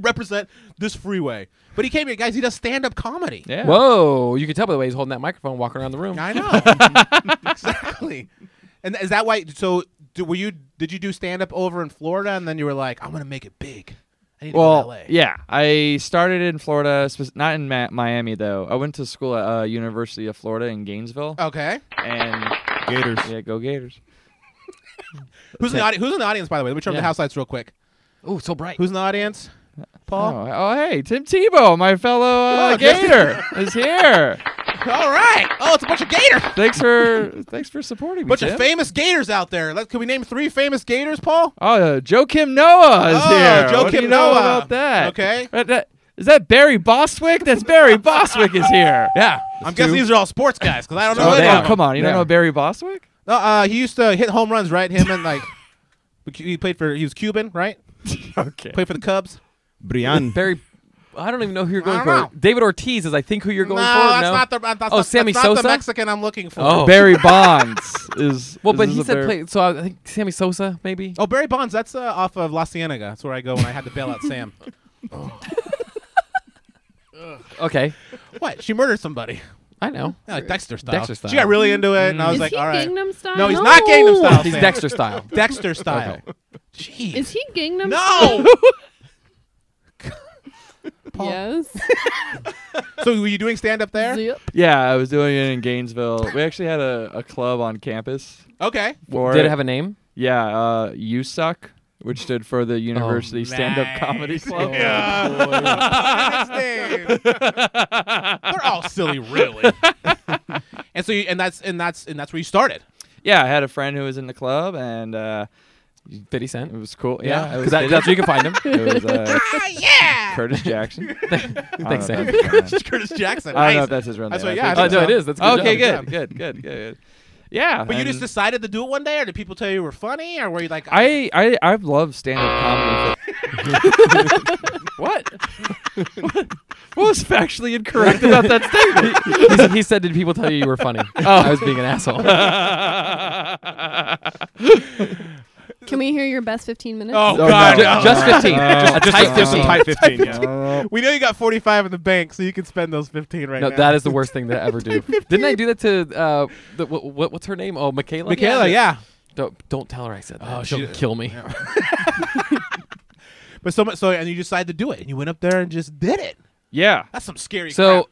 A: represent this freeway. But he came here, guys. He does stand up comedy.
E: yeah.
F: Whoa! You can tell by the way he's holding that microphone, walking around the room.
A: I know exactly. And is that why? So, do, were you? Did you do stand up over in Florida, and then you were like, "I'm gonna make it big." I need to go to
E: Well,
A: LA.
E: yeah, I started in Florida, spec- not in Ma- Miami though. I went to school at uh, University of Florida in Gainesville,
A: Okay.
E: and
D: Gators.
E: yeah, go Gators.
A: Who's in the audience? Who's in the audience? By the way, let me turn up
F: Yeah.
A: the house lights real quick.
F: Oh, so bright.
A: Who's in the audience? Paul.
E: Oh, oh, hey, Tim Tebow, my fellow uh,
A: Oh, just-
E: Gator, is here.
A: All right. Oh, it's a bunch of Gators.
E: Thanks for thanks for supporting me.
A: Bunch
E: Tim.
A: of famous Gators out there. Let, can we name three famous Gators, Paul?
E: Oh, uh, Joe Kim Noah is
A: Oh,
E: here.
A: Joe
E: What do
A: Kim
E: you
A: Noah.
E: know about that?
A: Okay.
E: That- that- is that Barry Bostwick? That's Barry Bostwick is here.
F: Yeah.
A: I'm guessing these are all sports guys because I don't know.
E: Oh,
A: any
E: damn,
A: of them.
E: come on. You
F: Yeah.
E: don't know Barry Bostwick?
A: No, uh, he used to hit home runs, right? Him and like, he played for. He was Cuban, right?
E: Okay.
A: Played for the Cubs.
D: Brian.
F: Barry. I don't even know who you're
A: I
F: going
A: don't
F: for. David Ortiz is, I think, who you're going
A: no,
F: for.
A: that's
F: no,
A: not the. That's
F: Oh,
A: not,
F: Sammy
A: that's not
F: Sosa?
A: the Mexican I'm looking for.
F: Oh.
E: Barry Bonds is.
F: well,
E: is
F: but
E: this
F: he
E: a
F: said
E: Barry-
F: play. So I think Sammy Sosa, maybe.
A: Oh, Barry Bonds. That's uh, off of La Cienega. That's where I go when I had to bail out Sam.
E: Oh.
F: Okay,
A: What? She murdered somebody.
F: I know.
A: Yeah, like Dexter style.
F: Dexter style.
A: She got really into it, and I
C: Mm.
A: was
C: Is
A: like,
C: he
A: all right.
C: Gangnam Style?
A: No, he's not Gangnam Style.
F: He's
A: Sam.
F: Dexter style.
A: Dexter style. Jeez.
C: Is he Gangnam Style?
A: no. Paul.
C: Yes.
A: so were you doing stand up there?
C: Zip.
E: Yeah, I was doing it in Gainesville. We actually had a, a club on campus.
A: Okay.
E: For
F: Did it have a name?
E: Yeah, uh, You Suck, which stood for
A: Oh,
E: the University Stand Up Comedy Club.
A: Nice name. They're all silly, really. and so, you, and that's and that's and that's where you started.
E: Yeah, I had a friend who was in the club, and uh,
F: Fifty
E: it
F: Cent.
E: was cool.
F: Yeah,
E: Yeah, it
F: 'cause
E: was
F: that-
E: Diddy.
F: that's where you can find him. Oh,
E: It was uh,
A: yeah.
E: Curtis Jackson.
F: Thanks, Sam.
E: I
A: Curtis Jackson.
E: don't know
A: Nice.
E: if that's his real name.
A: That's what-
E: I
A: yeah,
E: think
A: I
F: Oh
A: think
E: so.
F: no, it is. That's a
E: okay,
F: job.
E: good, good, good, good, good. Yeah,
A: But you just
E: and-
A: decided to do it one day, or did people tell you you were funny, or were you like,
E: I I I've loved stand up comedy. For- what? what? What was factually incorrect about that statement?
F: he, said- he said, "Did people tell you you were funny?"
E: Oh.
F: I was being an asshole.
G: Can we hear your best 15 minutes?
A: Oh,
E: no.
A: God.
F: Ju- just fifteen. just, a tight
D: just a
F: fifteen.
D: tight 15, yeah.
A: We know you got 45 in the bank, so you can spend those 15 right
F: no,
A: now.
F: that is the worst thing that I ever do. Didn't I do that to uh, the, what, what, what's her name? Oh, Michaela.
A: Michaela, yeah.
F: Don't don't tell her I said that.
A: Oh,
F: She'll
A: she-
F: kill me.
A: But so much so, and you decided to do it, and you went up there and just did it.
E: Yeah.
A: That's some scary.
F: So,
A: crap.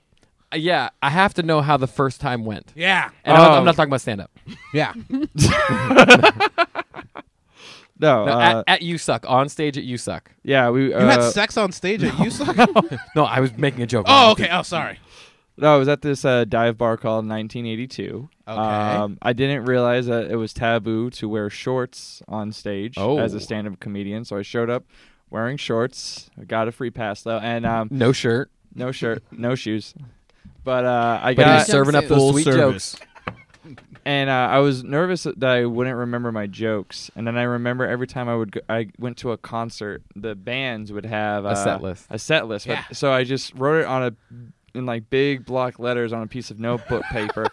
F: uh, yeah, I have to know how the first time went.
A: yeah,
F: And I'm,
E: Oh.
F: I'm not talking about stand up.
A: yeah.
E: No. uh,
F: at, at you suck on stage at you suck.
E: yeah. We.
A: You had
E: uh,
A: sex on stage at USUC?
F: No, I was making a joke.
A: Oh, okay. Oh, sorry.
E: No, I was at this uh, dive bar called 1982.
A: Okay.
E: Um, I didn't realize that it was taboo to wear shorts on stage
F: Oh.
E: as a stand-up comedian, so I showed up wearing shorts. I got a free pass though, and um,
F: No shirt,
E: no shirt, no shoes. But uh, I
F: but
E: got
F: he's serving up those
B: Full
F: sweet
B: service.
F: jokes.
E: and uh, I was nervous that I wouldn't remember my jokes. And then I remember every time I would go, I went to a concert, the bands would have uh,
F: set list.
E: A set list. But-
A: Yeah.
E: so I just wrote it on a in like big block letters on a piece of notebook paper,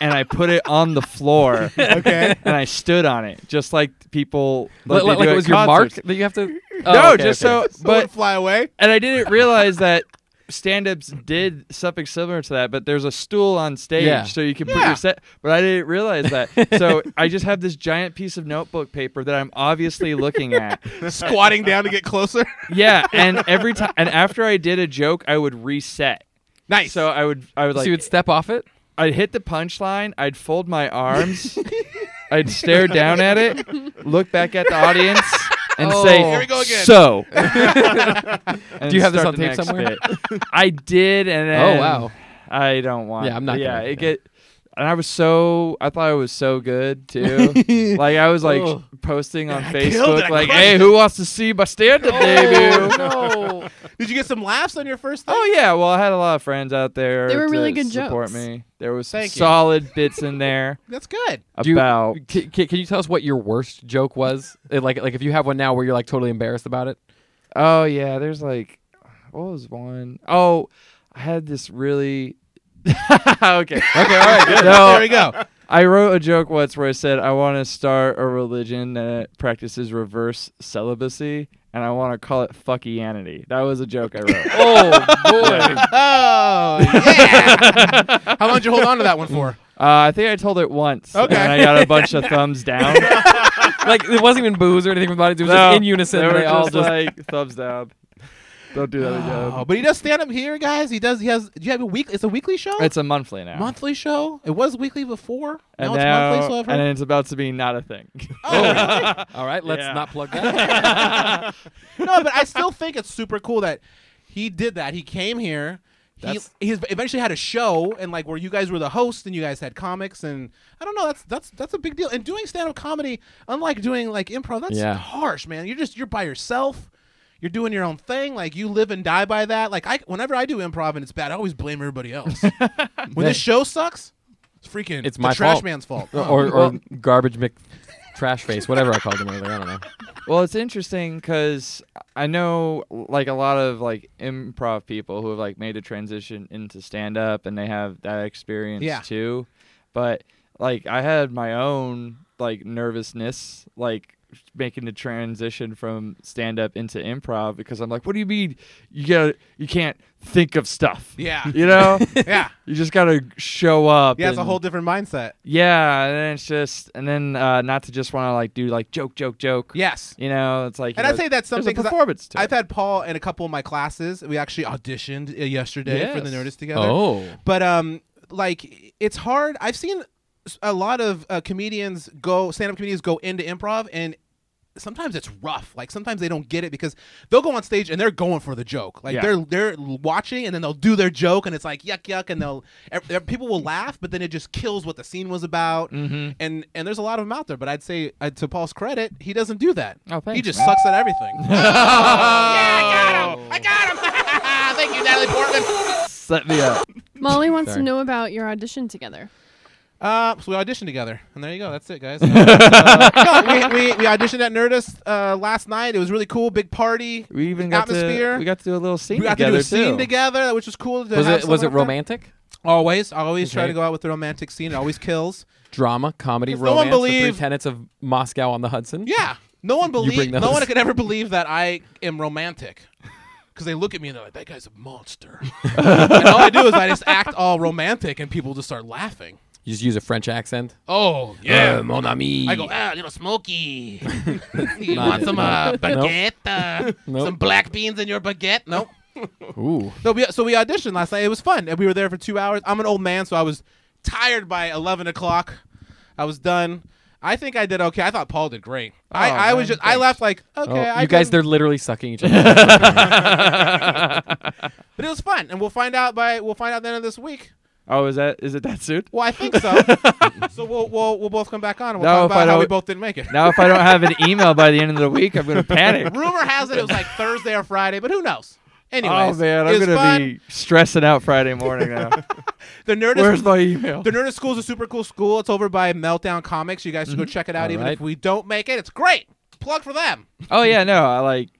E: and I put it on the floor.
A: Okay.
E: And I stood on it, just like people like,
F: Like,
E: they
F: like,
E: do
F: it
E: at
F: was your mark
E: concerts.
F: that you have to.
E: no,
F: Oh, okay,
E: just
F: okay.
E: so.
A: But
E: But
A: fly away.
E: and I didn't realize that stand-ups did something similar to that, but there's a stool on stage
F: Yeah.
E: so you can put
A: Yeah.
E: your set. But I didn't realize that, so I just have this giant piece of notebook paper that I'm obviously looking at.
A: Squatting down to get closer.
E: Yeah, and every time, and after I did a joke, I would reset.
A: nice.
E: So I would, I would
F: so
E: like,
F: you would step off it.
E: I'd hit the punchline, I'd fold my arms, I'd stare down at it, look back at the audience, and
F: Oh.
E: say,
F: Here
A: we go again.
E: So, do
F: you have this on tape somewhere?
E: I did, and then
F: oh wow.
E: I don't want.
F: Yeah, I'm not
E: Yeah,
F: gonna-
E: it get. And I was so. I thought I was so good too. like I was like
F: Oh.
E: posting on
A: killed it. I
E: Facebook, like,
A: crushed
E: "Hey, who wants to see my stand-up debut?"
F: no.
A: Did you get some laughs on your first thing?
E: Oh yeah, well I had a lot of friends out there.
G: They were
E: to
G: really good
E: support
G: jokes.
E: me. There was some
A: Thank you.
E: solid bits in there
A: That's good.
F: Do you-
E: about.
F: Can, can can you tell us what your worst joke was? Uh, Like like if you have one now where you're like totally embarrassed about it.
E: Oh yeah, there's like what was one? Oh, I had this really. okay. Okay. All right. Good.
A: there we go.
E: I wrote a joke once where I said I want to start a religion that practices reverse celibacy, and I want to call it fuckianity. That was a joke I wrote.
F: Oh boy.
A: Oh yeah. How long did you hold on to that one for?
E: uh, I think I told it once,
A: Okay.
E: and I got a bunch of thumbs down.
F: like it wasn't even booze or anything from the audience. It was
E: No,
F: just in unison.
E: They
F: and
E: were
F: They, all
E: just
F: just
E: like thumbs down. Don't do that
A: Oh,
E: again.
A: but he does stand up here, guys. He does. He has. Do you have a week? It's a weekly show.
E: It's a monthly now.
A: monthly show. It was weekly before.
E: And
A: now it's
E: now-
A: monthly. So I've heard. Oh.
E: and it's about to be not a thing.
F: all right. Let's
E: Yeah.
F: not plug that.
A: no, but I still think it's super cool that he did that. He came here. He,
F: That's-
A: he eventually had a show and like where you guys were the host and you guys had comics and I don't know that's that's that's a big deal and doing stand up comedy unlike doing like improv that's
F: Yeah.
A: harsh man you're just you're by yourself you're doing your own thing like you live and die by that like I whenever I do improv and it's bad I always blame everybody else when this show sucks it's freaking
F: It's
A: the
F: my
A: trash
F: fault.
A: man's fault
F: or or garbage Mc trash face, whatever I called him earlier. I don't know.
E: Well, it's interesting because I know like a lot of like improv people who have like made a transition into stand up and they have that experience
A: Yeah.
E: too. But like I had my own like nervousness like making the transition from stand up into improv because I'm like, what do you mean you got you can't think of stuff?
A: yeah
E: You know?
A: yeah
E: you just gotta show up.
A: yeah it's a
E: and-
A: whole different mindset
E: Yeah, and then it's just and then uh not to just wanna like do like joke, joke, joke.
A: yes
E: You know, it's like you
A: And I
E: know,
A: say that's
E: there's
A: something
E: a
A: 'cause I-
E: performance to
A: I've
E: it.
A: had Paul in a couple of my classes. We actually auditioned uh, yesterday for the
E: Yes.
A: Nerdist together.
F: Oh,
A: But um, like it's hard. I've seen s- a lot of uh, comedians go stand-up comedians go into improv and. Sometimes it's rough. Like sometimes they don't get it because they'll go on stage and they're going for the joke. Like
E: Yeah.
A: they're they're watching and then they'll do their joke and it's like yuck yuck and they'll ev- ev- people will laugh but then it just kills what the scene was about. And and there's a lot of them out there. But I'd say uh, to Paul's credit, he doesn't do that.
E: Oh,
A: he
E: thanks,
A: just
E: man.
A: sucks at everything. I got him! Thank you, Natalie Portman.
E: Set me up.
G: Molly wants
F: Sorry.
G: to know about your audition together.
A: Uh, so we auditioned together, and there you go. That's it, guys. Uh, no, we, we, we auditioned at Nerdist uh, last night. It was really cool, big party.
E: We even got
A: Atmosphere.
E: to we got to do a little scene
A: We got to
E: together
A: do a scene
E: too.
A: together, which was cool. To
F: Was
A: have
F: it was
A: someone
F: it
A: up there.
F: romantic?
A: Always, I always try
F: Okay.
A: to go out with the romantic scene. It always kills.
F: Drama, comedy,
A: Does no one
F: romance, the three
A: believe-
F: tenets of Moscow on the Hudson.
A: Yeah, no one believe,
F: bring
A: no
F: those.
A: one could ever believe that I am romantic. Because they look at me and they're like, "That guy's a monster," and all I do is I just act all romantic, and people just start laughing.
F: You just use a French accent.
A: Oh yeah,
F: Uh, mon ami.
A: I go, ah, you know, smoky. you want
F: it.
A: some uh,
F: Nope.
A: baguette? Uh,
F: Nope.
A: Some black beans in your baguette? Nope.
F: Ooh.
A: No, we, so we auditioned last night. It was fun. And we were there for two hours. I'm an old man, so I was tired by 11 o'clock. I was done. I think I did okay. I thought Paul did great. I, I was just, I left like, okay.
F: Oh,
A: I
F: you guys,
A: can-
F: they're literally sucking each other.
A: But it was fun. And we'll find out by, we'll find out at the end of this week.
E: Oh, is that is it that soon?
A: Well, I think so. so we'll, we'll, we'll both come back on and we'll
E: No,
A: talk
E: if I
A: about how we
E: don't-
A: both didn't make it.
E: Now if I don't have an email by the end of the week, I'm gonna panic.
A: Rumor has it it was like Thursday or Friday, but who knows? Anyways,
E: oh man,
A: it
E: I'm
A: was
E: gonna
A: fun.
E: be stressing out Friday morning now.
A: The Nerdist,
E: Where's my email?
A: the Nerdist School is a super cool school. It's over by Meltdown Comics. You guys should go check it out.
F: All
A: even
F: right.
A: if we don't make it, it's great. Plug for them.
E: Oh yeah, no, I like.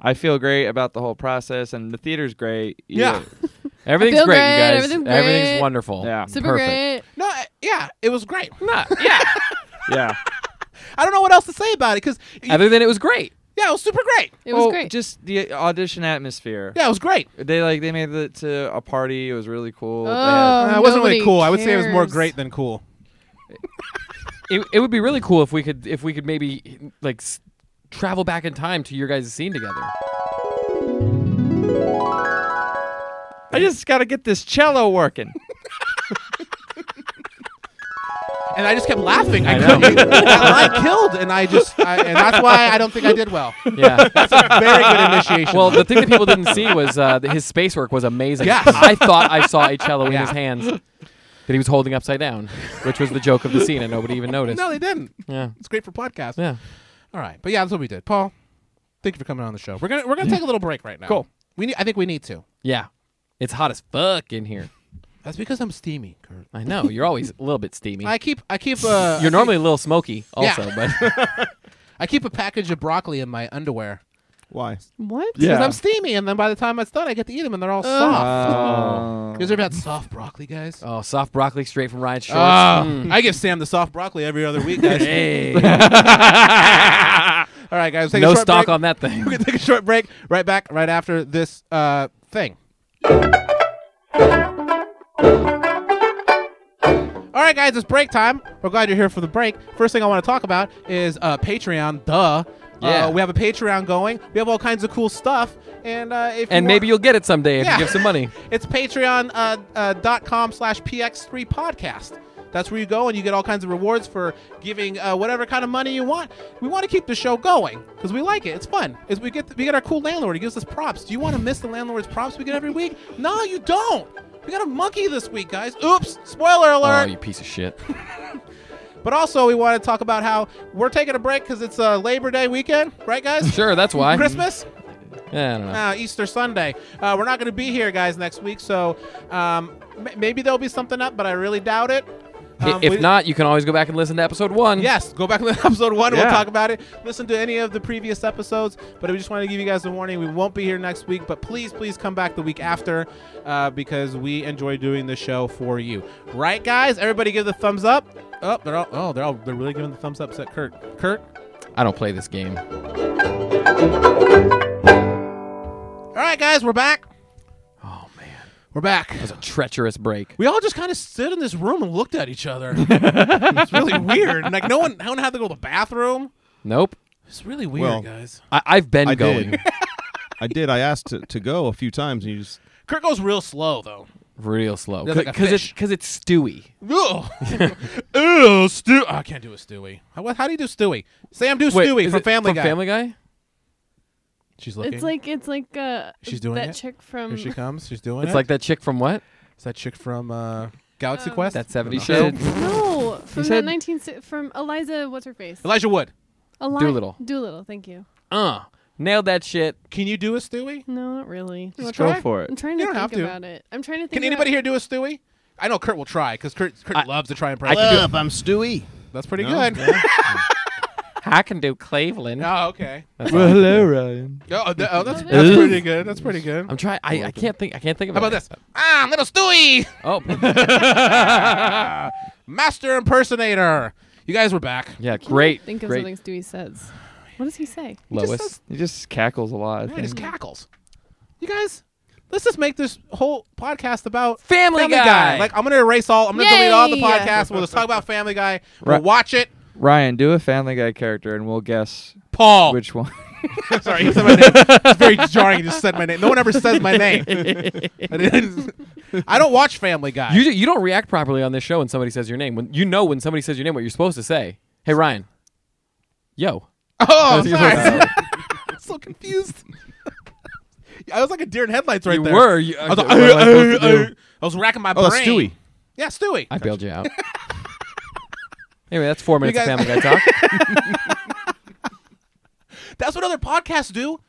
E: I feel great about the whole process, and the theater's great.
A: Yeah.
F: Everything's
G: feel
F: great,
G: great,
F: you guys.
G: everything's great.
F: wonderful.
E: Yeah.
G: Super
F: Perfect.
G: great.
A: No, I- yeah, it was great.
F: yeah.
E: yeah,
A: I don't know what else to say about it because yeah,
F: Other than it was great.
A: it was super great.
G: It was
E: Well,
G: great.
E: Just the audition atmosphere.
A: Yeah, it was great.
E: They like they made it to a party. It was really cool. They
G: Oh.
E: had-
A: Uh, it wasn't really
G: nobody
A: cool. I would say it was more
G: cares.
A: great than cool.
F: It, it would be really cool if we could if we could maybe like s- travel back in time to your guys' scene together.
E: I just gotta get this cello working.
A: And I just kept laughing. I, couldn't. that line killed, and I just, I, and that's why I don't think I did well.
F: Yeah.
A: Very good initiation.
F: Well, the thing that people didn't see was uh, that his space work was amazing.
A: Yes.
F: I thought I saw a cello in
A: Yeah.
F: his hands that he was holding upside down, which was the joke of the scene, and nobody even noticed.
A: no, they didn't.
F: Yeah.
A: It's great for podcasts.
F: Yeah.
A: All right, but yeah, that's what we did. Paul, thank you for coming on the show. We're gonna we're gonna take a little break right now.
F: Cool.
A: We need. I think we need to.
F: Yeah. It's hot as fuck in here.
A: That's because I'm steamy, Kurt.
F: I know. You're always a little bit steamy.
A: I keep I keep uh,
F: You're normally a little smoky Oh,
A: Yeah.
F: also, but
A: I keep a package of broccoli in my underwear
D: Why?
G: what?
E: Yeah.
A: because I'm steamy, and then by the time it's done, I get to eat them, and they're all soft.
E: Oh.
A: Is there about soft broccoli, guys?
F: oh, soft broccoli straight from Ryan's shorts.
A: Oh, I give Sam the soft broccoli every other week, guys.
F: Hey.
A: All right, guys, take a
F: no
A: short
F: stock
A: break.
F: on that thing.
A: We're gonna take a short break. Right back, right after this uh, thing. All right, guys, it's break time. We're glad you're here for the break. First thing I want to talk about is uh, Patreon. Duh.
F: Yeah.
A: Uh, we have a Patreon going. We have all kinds of cool stuff, and uh, if
F: And
A: you
F: maybe you'll get it someday if
A: Yeah.
F: you give some money.
A: want, it's Patreon uh, uh, dot com slash px3 podcast. That's where you go, and you get all kinds of rewards for giving uh, whatever kind of money you want. We want to keep the show going because we like it. It's fun. Is we get we get our cool landlord. He gives us props. Do you want to miss the landlord's props we get every week? No, you don't. We got a monkey this week, guys. Oops! Spoiler alert.
F: Oh, you piece of shit.
A: But also, we want to talk about how we're taking a break because it's uh, Labor Day weekend, right, guys?
F: Sure, that's why.
A: Christmas,
F: Yeah, I don't know.
A: uh, Easter Sunday. Uh, we're not going to be here, guys, next week. So um, m- maybe there'll be something up, but I really doubt it.
F: I-
A: Um,
F: if
A: we-
F: not, you can always go back and listen to episode one.
A: Yes, go back to episode one. We'll
E: Yeah.
A: talk about it. Listen to any of the previous episodes. But we just want to give you guys a warning. We won't be here next week. But please, please come back the week after uh, because we enjoy doing the show for you. Right, guys? Everybody give the thumbs up. Oh, they're all. Oh, they're all. They're really giving the thumbs up. Set Kurt. Kurt.
F: I don't play this game.
A: All right, guys, we're back. Oh man, we're back.
F: It's a treacherous break.
A: We all just kind of stood in this room and looked at each other. it's really weird. Like no one, no one had to go to the bathroom.
F: Nope.
A: It's really weird,
D: Well-
A: guys.
F: I- I've been
D: I
F: going
D: did. I did. I asked to, to go a few times, and you just
A: Kurt goes real slow though.
F: real slow
A: That's like a
F: because it's
A: fish.
F: because it's stewy.
A: Ew, Ew Stew. I can't do a Stewie. How, what- how do you do Stewie? Sam, do
F: Wait,
A: Stewie
F: is
A: from
F: it
A: Family
F: from
A: Guy.
F: Family Guy.
A: She's looking.
G: It's like mm. it's like uh
A: She's doing
G: that
A: it?
G: chick from
A: here she comes. She's doing
F: It's
A: it.
F: like that chick from what?
A: it's that chick from uh, Galaxy
G: Um,
A: Quest.
F: That 70s
A: No.
F: show.
G: No, from that
E: said-
G: 19 si- from Eliza what's her face?
A: Elijah Wood.
G: Eli-
F: Doolittle.
G: Doolittle, thank you.
F: Uh, nailed that shit.
A: Can you do a Stewie?
G: No, not really.
A: Just
E: Go
A: try.
E: for it.
G: I'm trying to
A: You don't have
G: think
A: to.
G: about it. I'm trying to think
A: Can anybody here
G: about-
A: do a Stewie? I know Kurt will try because Kurt, Kurt loves to try and impress.
H: What
A: people.
H: up? I'm Stewie.
A: That's pretty
H: No,
A: good.
H: yeah.
F: I can do Cleveland.
A: Oh, okay.
F: That's
E: Well,
F: all.
E: hello, Ryan.
A: Oh, th- oh, that's, that's
F: Ooh.
A: pretty good. That's pretty good.
F: I'm trying. I, I can't think. I can't think of
A: How
F: it.
A: about this? Ah, little Stewie,
F: Oh,
A: master impersonator. You guys were back.
F: yeah,
G: Can you
F: great,
G: Think of
F: great,
G: something Stewie says.
A: Oh,
G: What does he say?
A: Just
F: Lois. Mm-hmm.
A: says-
E: He just cackles a lot. I
A: Man, just
E: think.
A: cackles. You guys, let's just make this whole podcast about
F: Family
A: Family
F: Guy.
A: Like I'm gonna erase all. I'm gonna
G: Yay!
A: delete all the podcasts. We'll just talk about Family Guy. We'll
E: Right.
A: watch it.
E: Ryan, do a Family Guy character, and we'll guess
A: Paul.
E: which one.
A: Sorry, you said my name. It's very jarring. You just said my name. No one ever says my name. I, didn't- I don't watch Family Guy.
F: You, you don't react properly on this show when somebody says your name. When you know when somebody says your name, what you're supposed to say. Hey Ryan. Yo.
A: oh, sorry. I'm so confused. I was like a deer in headlights right
F: you
A: there.
F: were. You,
A: I was, like,
F: what am I supposed to
A: "Uh, uh,
F: do?"
A: uh." I was racking my
D: Oh, that's
A: brain.
D: Stewie.
A: Yeah, Stewie.
F: I bailed you out. anyway, that's four minutes of
A: guys-
F: Family Guy talk.
A: That's what other podcasts do.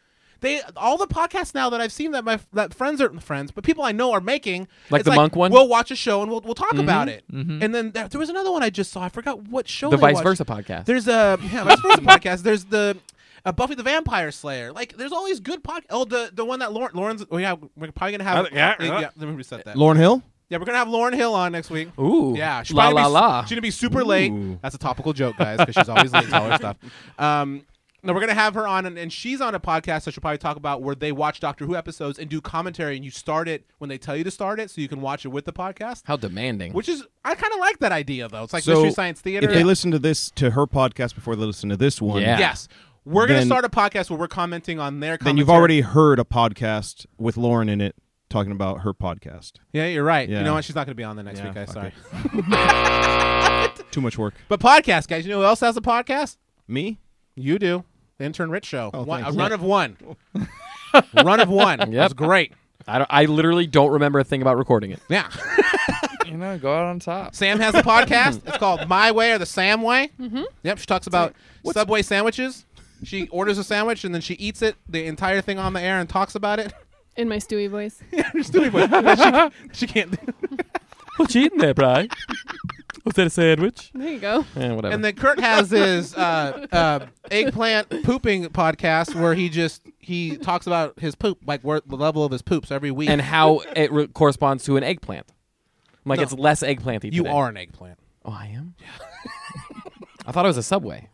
A: They all the podcasts now that I've seen that my that friends are friends, but people I know are making.
F: Like
A: it's
F: the monk one? Mm-hmm.
A: We'll watch a show and we'll we'll talk about it. And then there, there was another one I just saw. I forgot what show.
F: the
A: they
F: vice
A: watched.
F: versa podcast.
A: There's a yeah, vice versa podcast. There's the. Uh, Buffy the Vampire Slayer, like there's all these good podcasts. Oh, the the one that Lauren, Lauren's. Oh yeah, we're probably gonna have. yeah, yeah. Let me reset that.
D: Lauren Hill?
A: Yeah, we're gonna have Lauren Hill on next week.
F: Ooh.
A: Yeah, she's
F: La
A: probably
F: la
A: gonna be,
F: la.
A: She's gonna be super late. That's a topical joke, guys, because she's always late to all her stuff. Um, no, we're gonna have her on, and, and she's on a podcast that she'll probably talk about where they watch Doctor Who episodes and do commentary, and you start it when they tell you to start it, so you can watch it with the podcast.
F: How demanding.
A: Which is, I kind of like that idea though. It's like
D: So,
A: mystery science theater.
D: If they listen to this, to her podcast before they listen to this one,
F: Yeah.
A: Yes, we're gonna
D: Then-
A: start a podcast where we're commenting on their.
D: then you've
A: commentary.
D: already heard a podcast with Lauren in it talking about her podcast.
A: Yeah, you're right. You
D: Yeah.
A: know what? She's not gonna be on the next
D: Yeah,
A: week, guys.
D: fuck
A: Sorry.
D: it. Too much work.
A: But podcast, guys. You know who else has a podcast?
D: Me?
A: You do. The Intern Rich Show.
D: Oh,
A: One- a
D: thanks.
A: run of one. run of one. That's great.
F: I, don't, I literally don't remember a thing about recording it.
A: Yeah.
E: you know, go out on top.
A: Sam has a podcast. It's called My Way or the Sam Way. Mm-hmm. Yep. She talks about Subway sandwiches. She orders a sandwich and then she eats it, the entire thing on the air, and talks about it.
G: In my Stewie voice.
A: There's two people. Yeah, she, she can't.
F: What you eating there, Bry? Was that a sandwich?
G: There you go.
F: Eh, whatever.
A: And then Kurt has his uh, uh, eggplant pooping podcast where he just he talks about his poop, like where, the level of his poops every week.
F: and how it re- corresponds to an eggplant. I'm like
A: No.
F: it's less eggplanty.
A: you
F: today.
A: are an eggplant.
F: Oh, I am. I thought it was a subway.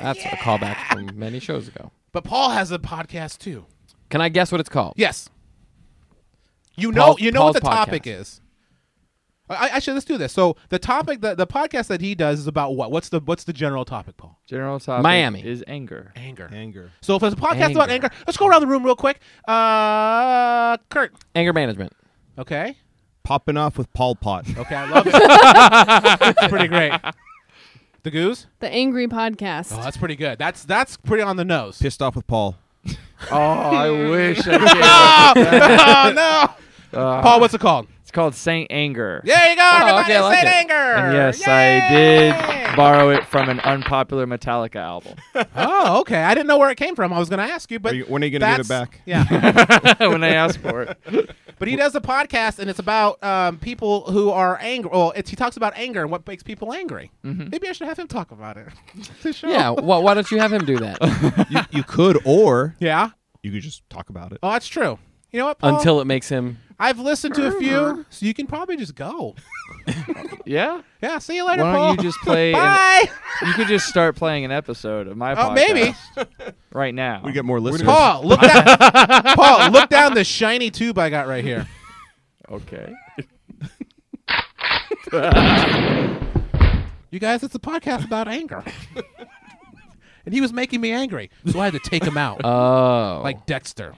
F: That's a callback from many shows ago.
A: But Paul has a podcast too.
F: Can I guess what it's called?
A: Yes. You know,
F: Paul's-
A: you know what the
F: Paul's podcast.
A: topic is. I, I- actually, let's do this. So the topic, the, the podcast that he does is about what? What's the what's the general topic, Paul?
E: General topic
F: Miami.
E: is anger.
A: Anger.
D: Anger.
A: So if it's a podcast about
F: Anger.
A: anger, let's go around the room real quick. Uh, Kurt.
F: Anger management.
A: Okay.
D: Popping off with Paul Pot.
A: Okay, I love it. that's pretty great. The goose.
G: The Angry Podcast.
A: Oh, that's pretty good. That's that's pretty on the nose.
D: Pissed off with Paul.
E: Oh, I wish I
A: Oh, oh, no,
E: could. Uh,
A: Paul. What's it called?
E: It's called Saint Anger.
A: There you go.
F: Oh,
A: Everybody
F: okay, I like
A: said
F: it.
A: anger.
E: And yes, I
A: Yay!
E: did borrow it from an unpopular Metallica album.
A: Oh, okay. I didn't know where it came from. I was going to ask you, but
D: Are you- when are you gonna give
A: that's-
D: it back?
A: Yeah,
E: when I asked for it.
A: but he does a podcast, and it's about um, people who are angry. Well, it's, he talks about anger and what makes people angry.
D: Mm-hmm.
A: Maybe I should have him talk about it. to show.
F: Yeah. Well, why don't you have him do that
D: you, you could, or
A: yeah.
D: you could just talk about it.
A: Oh, that's true. You know what? Paul?
F: until it makes him?
A: I've listened to a few, so you can probably just go.
E: Yeah.
A: Yeah. See you later,
E: Why
A: Paul.
E: don't you just play? An,
A: Bye.
E: you could just start playing an episode of my
A: Oh,
E: podcast.
A: maybe.
E: Right now.
D: We get more listeners.
A: Paul, look down. Paul, look down the shiny tube I got right here.
E: Okay.
A: You guys, it's a podcast about anger. and he was making me angry, so I had to take him out.
F: Oh.
A: like Dexter.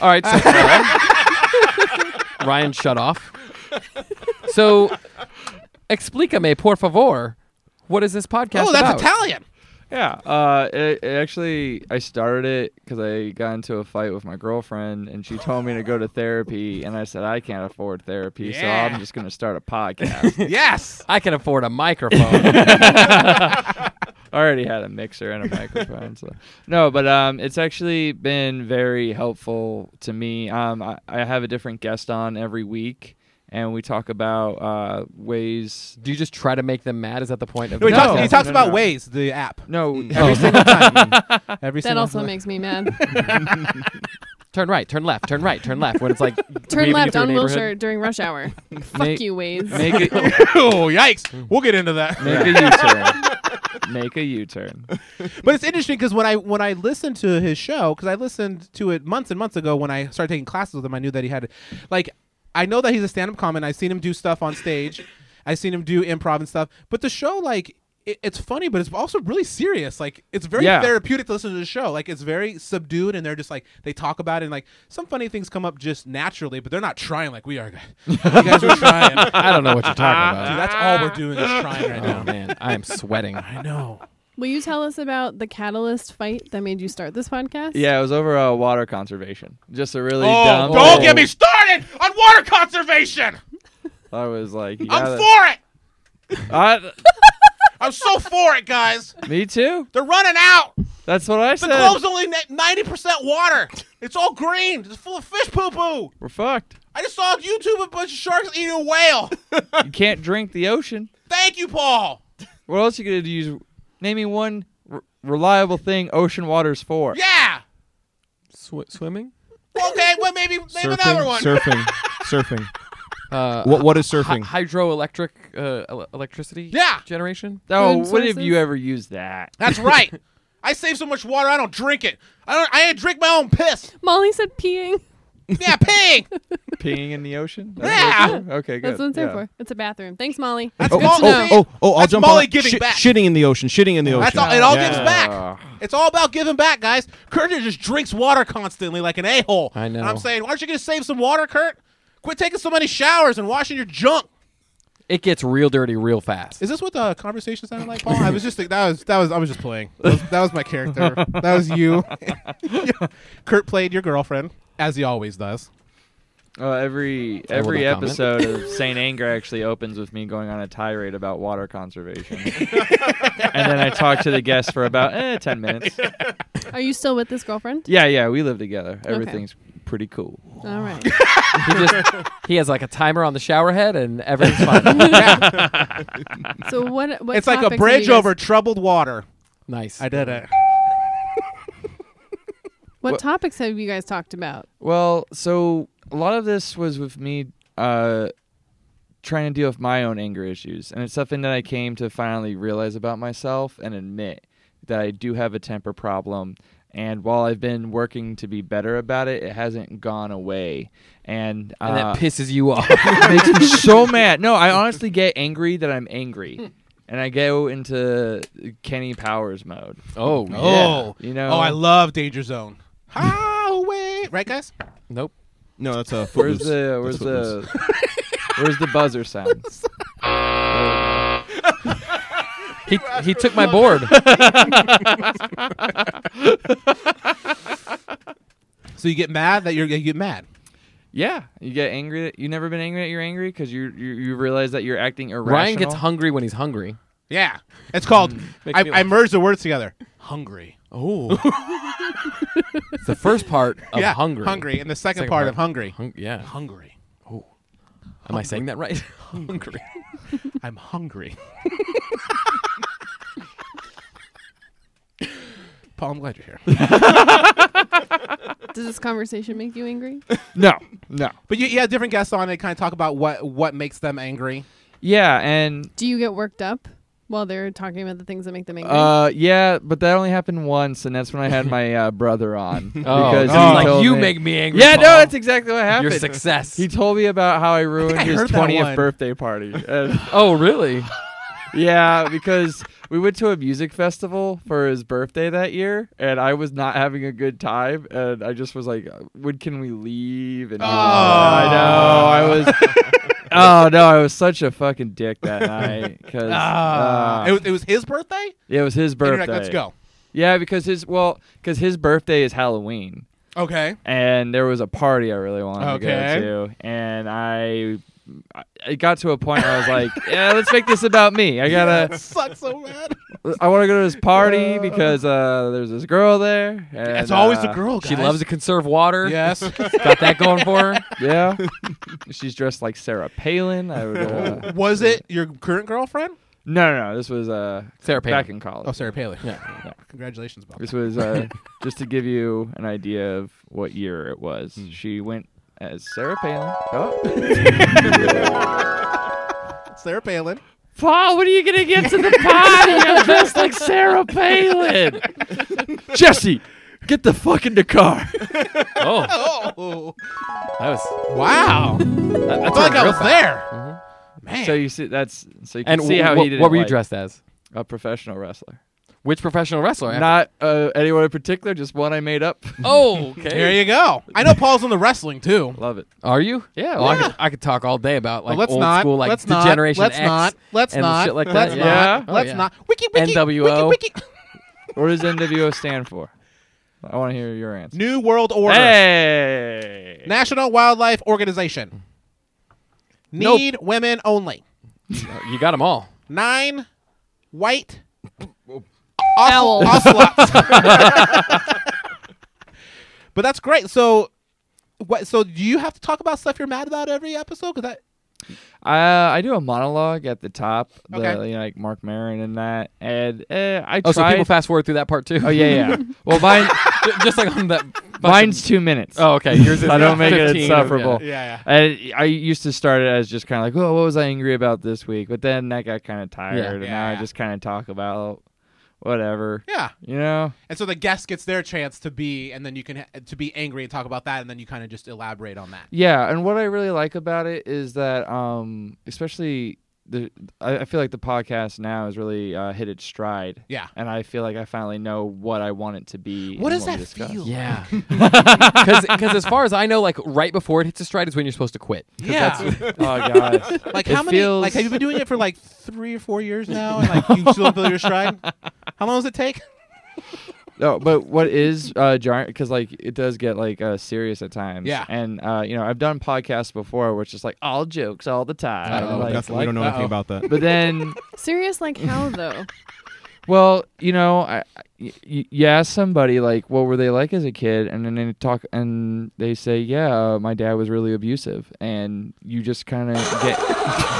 F: All right. So Ryan shut off. So, explícame, por favor. What is this podcast
A: oh, that's
F: about?
A: Italian.
E: Yeah. Uh, it, it actually, I started it because I got into a fight with my girlfriend, and she told me to go to therapy, and I said I can't afford therapy, so
A: Yeah.
E: I'm just going to start a podcast.
A: yes.
F: I can afford a microphone.
E: I already had a mixer and a microphone. so no, but um, it's actually been very helpful to me. Um, I, I have a different guest on every week. And we talk about uh, ways.
F: Do you just try to make them mad? Is that the point of?
A: No, he
F: the
A: talks,
F: podcast?
A: he talks
E: no,
A: about
E: no.
A: Waze, the app.
E: No,
A: Every single time. Every
G: That
A: single
G: also
A: time.
G: makes me mad.
F: Turn right, turn left, turn right, turn left. When it's like oh,
G: Turn
F: waving you
G: left
F: through a
G: on
F: neighborhood.
G: Wilshire during rush hour. Fuck you, Waze.
E: make it,
A: oh, yikes. We'll get into that.
E: make a U turn. Make a U turn.
A: but it's interesting because when I when I listened to his show, because I listened to it months and months ago when I started taking classes with him, I knew that he had, like, I know that he's a stand-up comic. I've seen him do stuff on stage, I've seen him do improv and stuff. But the show, like, it, it's funny, but it's also really serious. Like, it's very
E: Yeah.
A: therapeutic to listen to the show. Like, it's very subdued, and they're just like they talk about it, and like some funny things come up just naturally, but they're not trying like we are. You guys are trying. Dude,
F: I don't know what you're talking about.
A: that's all we're doing is trying right
F: Oh
A: now.
F: man, I am sweating.
A: I know.
G: Will you tell us about the catalyst fight that made you start this podcast?
E: Yeah, it was over uh, water conservation. Just a really
A: Oh,
E: dumb.
A: don't get me started on water conservation.
E: I was like, you
A: I'm
E: gotta-
A: for it.
E: I-
A: I'm so for it, guys.
E: me too.
A: They're running out.
E: That's what I
A: The
E: said.
A: globe's only ninety percent water. It's all green. It's full of fish poo poo.
E: We're fucked.
A: I just saw on YouTube a bunch of sharks eating a whale.
E: You can't drink the ocean.
A: Thank you, Paul.
E: What else you gonna do? Use name me one re- reliable thing ocean water's for.
A: Yeah.
B: Sw- swimming?
A: Okay. Well, maybe name another one.
D: surfing, surfing.
F: Uh,
D: What what is
F: hy-
D: surfing?
F: hydroelectric uh, el- electricity?
A: Yeah.
F: Generation.
E: Oh,
G: Food
E: when have
G: sources?
E: you ever used that?
A: That's right. I save so much water. I don't drink it. I don't. I ain't drink my own piss.
G: Molly said peeing.
A: Yeah, peeing.
E: Peeing in the ocean?
A: Yeah.
E: what it's for? Okay, good.
G: That's what it's there
E: Yeah.
G: for. It's a bathroom. Thanks, Molly.
A: That's
G: Good
A: all-
G: to know.
D: oh, oh, I'll
A: That's
D: jump on
A: Molly
D: it.
A: giving
D: Shit-
A: back.
D: Shitting in the ocean. Shitting in the ocean.
A: That's all. It all
D: Yeah.
A: gives back. It's all about giving back, guys. Kurt here just drinks water constantly like an a hole.
F: I know.
A: And I'm saying, why aren't you going to save some water, Kurt? Quit taking so many showers and washing your junk.
F: It gets real dirty real fast.
A: Is this what the conversation sounded like, Paul? I was just that was that was I was just playing. That was, that was my character. That was you. Kurt played your girlfriend as he always does.
E: Oh, every
F: will
E: every
F: not comment.
E: episode of Saint Anger actually opens with me going on a tirade about water conservation, and then I talk to the guest for about eh, ten minutes.
G: Are you still with this girlfriend?
E: Yeah, yeah, we live together. Everything's pretty cool.
G: All right.
F: he just he has like a timer on the shower head and everything's fine.
G: So what? what
A: it's like a
G: topics have you
A: bridge
G: guys-
A: over troubled water.
F: nice.
A: I did it.
G: What, topics have you guys talked about?
E: Well, so a lot of this was with me uh, trying to deal with my own anger issues, and it's something that I came to finally realize about myself and admit that I do have a temper problem. And while I've been working to be better about it, it hasn't gone away. And, uh,
F: and that pisses you off.
E: makes me so mad. No, I honestly get angry that I'm angry, and I go into Kenny Powers mode.
F: oh, yeah.
A: Oh,
E: you know-
A: Oh, I love Danger Zone. Highway, right, guys?
F: nope.
D: No, that's a
E: Where's
D: footloose.
E: the where's
D: That's Footloose.
E: the where's the buzzer sound?
F: He he took my board.
A: So you get mad that you're you get mad.
E: Yeah, you get angry. That, you never been angry that you're angry because you, you you realize that you're acting irrational.
F: Ryan gets hungry when he's hungry.
A: Yeah, it's called.
F: Makes
A: I,
F: me
A: I
F: laugh.
A: merged the words together. Hungry.
F: Oh. it's the first part of
A: yeah,
F: hungry.
A: Hungry, and the second,
F: Second
A: part,
F: part.
A: of hungry.
F: Hung- yeah.
A: Hungry.
F: Am I saying that right? hungry.
A: I'm hungry. Paul, I'm glad you're here.
G: Does this conversation make you angry?
E: no, no.
A: But you, you had different guests on. They kind of talk about what what makes them angry.
E: Yeah, and
G: Do you get worked up while they're talking about the things that make them angry?
E: uh, yeah, but that only happened once, and that's when I had my uh, brother on
F: Oh,
E: because
F: he's
E: he
F: like,
E: told
F: you
E: me-
F: make me angry.
E: Yeah, no,
F: Paul.
E: that's exactly what happened.
F: your success.
E: He told me about how I ruined
A: I
E: his
A: heard that
E: 20th
A: one.
E: birthday party. And-
F: oh, really?
E: yeah, because we went to a music festival for his birthday that year, and I was not having a good time, and I just was like, "When can we leave?" And he was like, I know I was. oh no, I was such a fucking dick that night because
A: it, was, it was his birthday.
E: it was his
A: And
E: birthday.
A: you're like, let's Ah. go.
E: Yeah, because his well, because his birthday is Halloween
A: Okay.
E: and there was a party I really wanted
A: Okay.
E: to go to, and I I- it got to a point where I was like, yeah, let's make this about me. I gotta.
A: Sucks so bad.
E: I want to go to this party because uh, there's this girl there. And,
A: It's always the
E: uh,
A: girl.
F: She
A: guys.
F: loves to conserve water.
A: Yes.
F: Got that going for her.
E: Yeah, she's dressed like Sarah Palin. I would. Uh,
A: was it your current girlfriend?
E: no, no, no. This was uh,
F: Sarah
E: back
F: Palin.
E: in college.
A: Oh, Sarah Palin.
F: Yeah.
A: Congratulations, Bob.
E: This was uh, just to give you an idea of what year it was.
F: Hmm.
E: She went as Sarah Palin. Oh.
A: Sarah Palin.
E: Paul, when are you going to get to the party? I'm dressed like Sarah Palin. Jesse, get the fuck in the car.
F: Oh,
A: Oh,
F: that was.
A: wow! I felt like I was there.
F: Mm-hmm.
A: Man,
E: So you see, that's so you can
F: And
E: see how
F: wh-
E: he did.
F: what were you dressed as?
E: A professional wrestler,
F: Which professional wrestler? After-
E: not uh, anyone in particular, just one I made up.
F: oh,
A: there
F: okay.
A: you go. I know Paul's in the wrestling too.
E: Love it.
F: Are you?
E: Yeah,
F: Oh, I,
E: yeah.
F: could, I could talk all day about like
A: Well, let's
F: old
A: not.
F: school, like
A: let's
F: the
A: not.
F: Generation
A: let's
F: X.
A: not. Let's
F: and
A: not.
F: shit like
A: let's
F: that.
A: Not,
E: Yeah.
F: Oh,
A: Let's
F: yeah.
A: not. Wiki wiki.
F: NWO.
A: Wiki, wiki.
E: What does NWO stand for? I want to hear your answer.
A: New World Order.
E: Hey,
A: National Wildlife Organization.
F: Nope.
A: Need women only.
F: You got them all.
A: Nine white
G: Owl.
A: ocelot- ocelots. but that's great. So, what? So do you have to talk about stuff you're mad about every episode? Because that
E: Uh, I do a monologue at the top, the,
A: Okay.
E: you know, like Mark Maron and that, and uh, I
F: Oh, so
E: tried.
F: people fast forward through that part too.
E: oh yeah, yeah. well, mine,
F: Ju- just like on that.
E: mine's two minutes.
F: Oh, okay. Yours is
E: I don't make it
F: 15.
E: insufferable.
A: yeah,
E: I, I used to start it as just kind of like, oh, what was I angry about this week? But then I got kind of tired, and
A: Yeah,
E: now I
A: yeah.
E: just kind of talk about whatever,
A: yeah.
E: you know.
A: And so the guest gets their chance to be, and then you can ha- to be angry and talk about that, and then you kind of just elaborate on that.
E: Yeah, and what I really like about it is that, um, especially the, I, I feel like the podcast now has really uh, hit its stride.
A: Yeah.
E: and I feel like I finally know what I want it to be.
A: What
E: and
A: does
E: we
A: that
E: discuss.
A: feel?
F: Yeah. Because as far as I know, like right before it hits a stride is when you're supposed to quit.
A: Yeah.
E: Oh gosh.
A: Like
E: It
A: how many?
E: feels-
A: Like have you been doing it for like three or four years now, and like you still don't feel your stride? How long does it take?
E: no, but what is uh jarring because like it does get like uh serious at times.
A: Yeah.
E: and uh, you know I've done podcasts before where it's just like all jokes all the time.
A: I don't know what
E: like-
D: That's- uh, we don't know anything about that.
E: but then,
G: Serious, like how though?
E: well, you know, I, I- y- y- you ask somebody like, what were they like as a kid, and then they talk, and they say, yeah, uh, my dad was really abusive, and you just kind of get,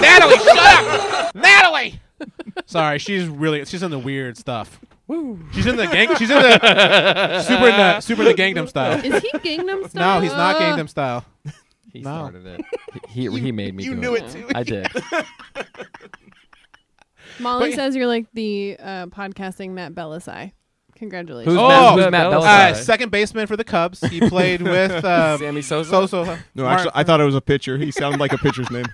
A: Natalie, shut up! Natalie! Sorry, she's really she's in the weird stuff. Woo. She's in the gang she's in the super in the super in the Gangnam style.
G: Is he Gangnam Style?
A: No, he's not Gangnam style.
F: He
A: No.
F: started it. He, he, he made me.
A: you
F: do
A: knew
F: it.
A: it too.
F: I did.
G: Molly
A: But-
G: says you're like the uh, podcasting Matt Belisai. Congratulations.
F: Who's
A: Oh,
F: Matt, who's Matt
E: Bellassai.
A: Uh,
F: Bellassai?
A: second baseman for the Cubs. He played with um,
F: Sammy Sosa.
A: so so.
D: No, actually, I thought it was a pitcher. He sounded like a pitcher's name.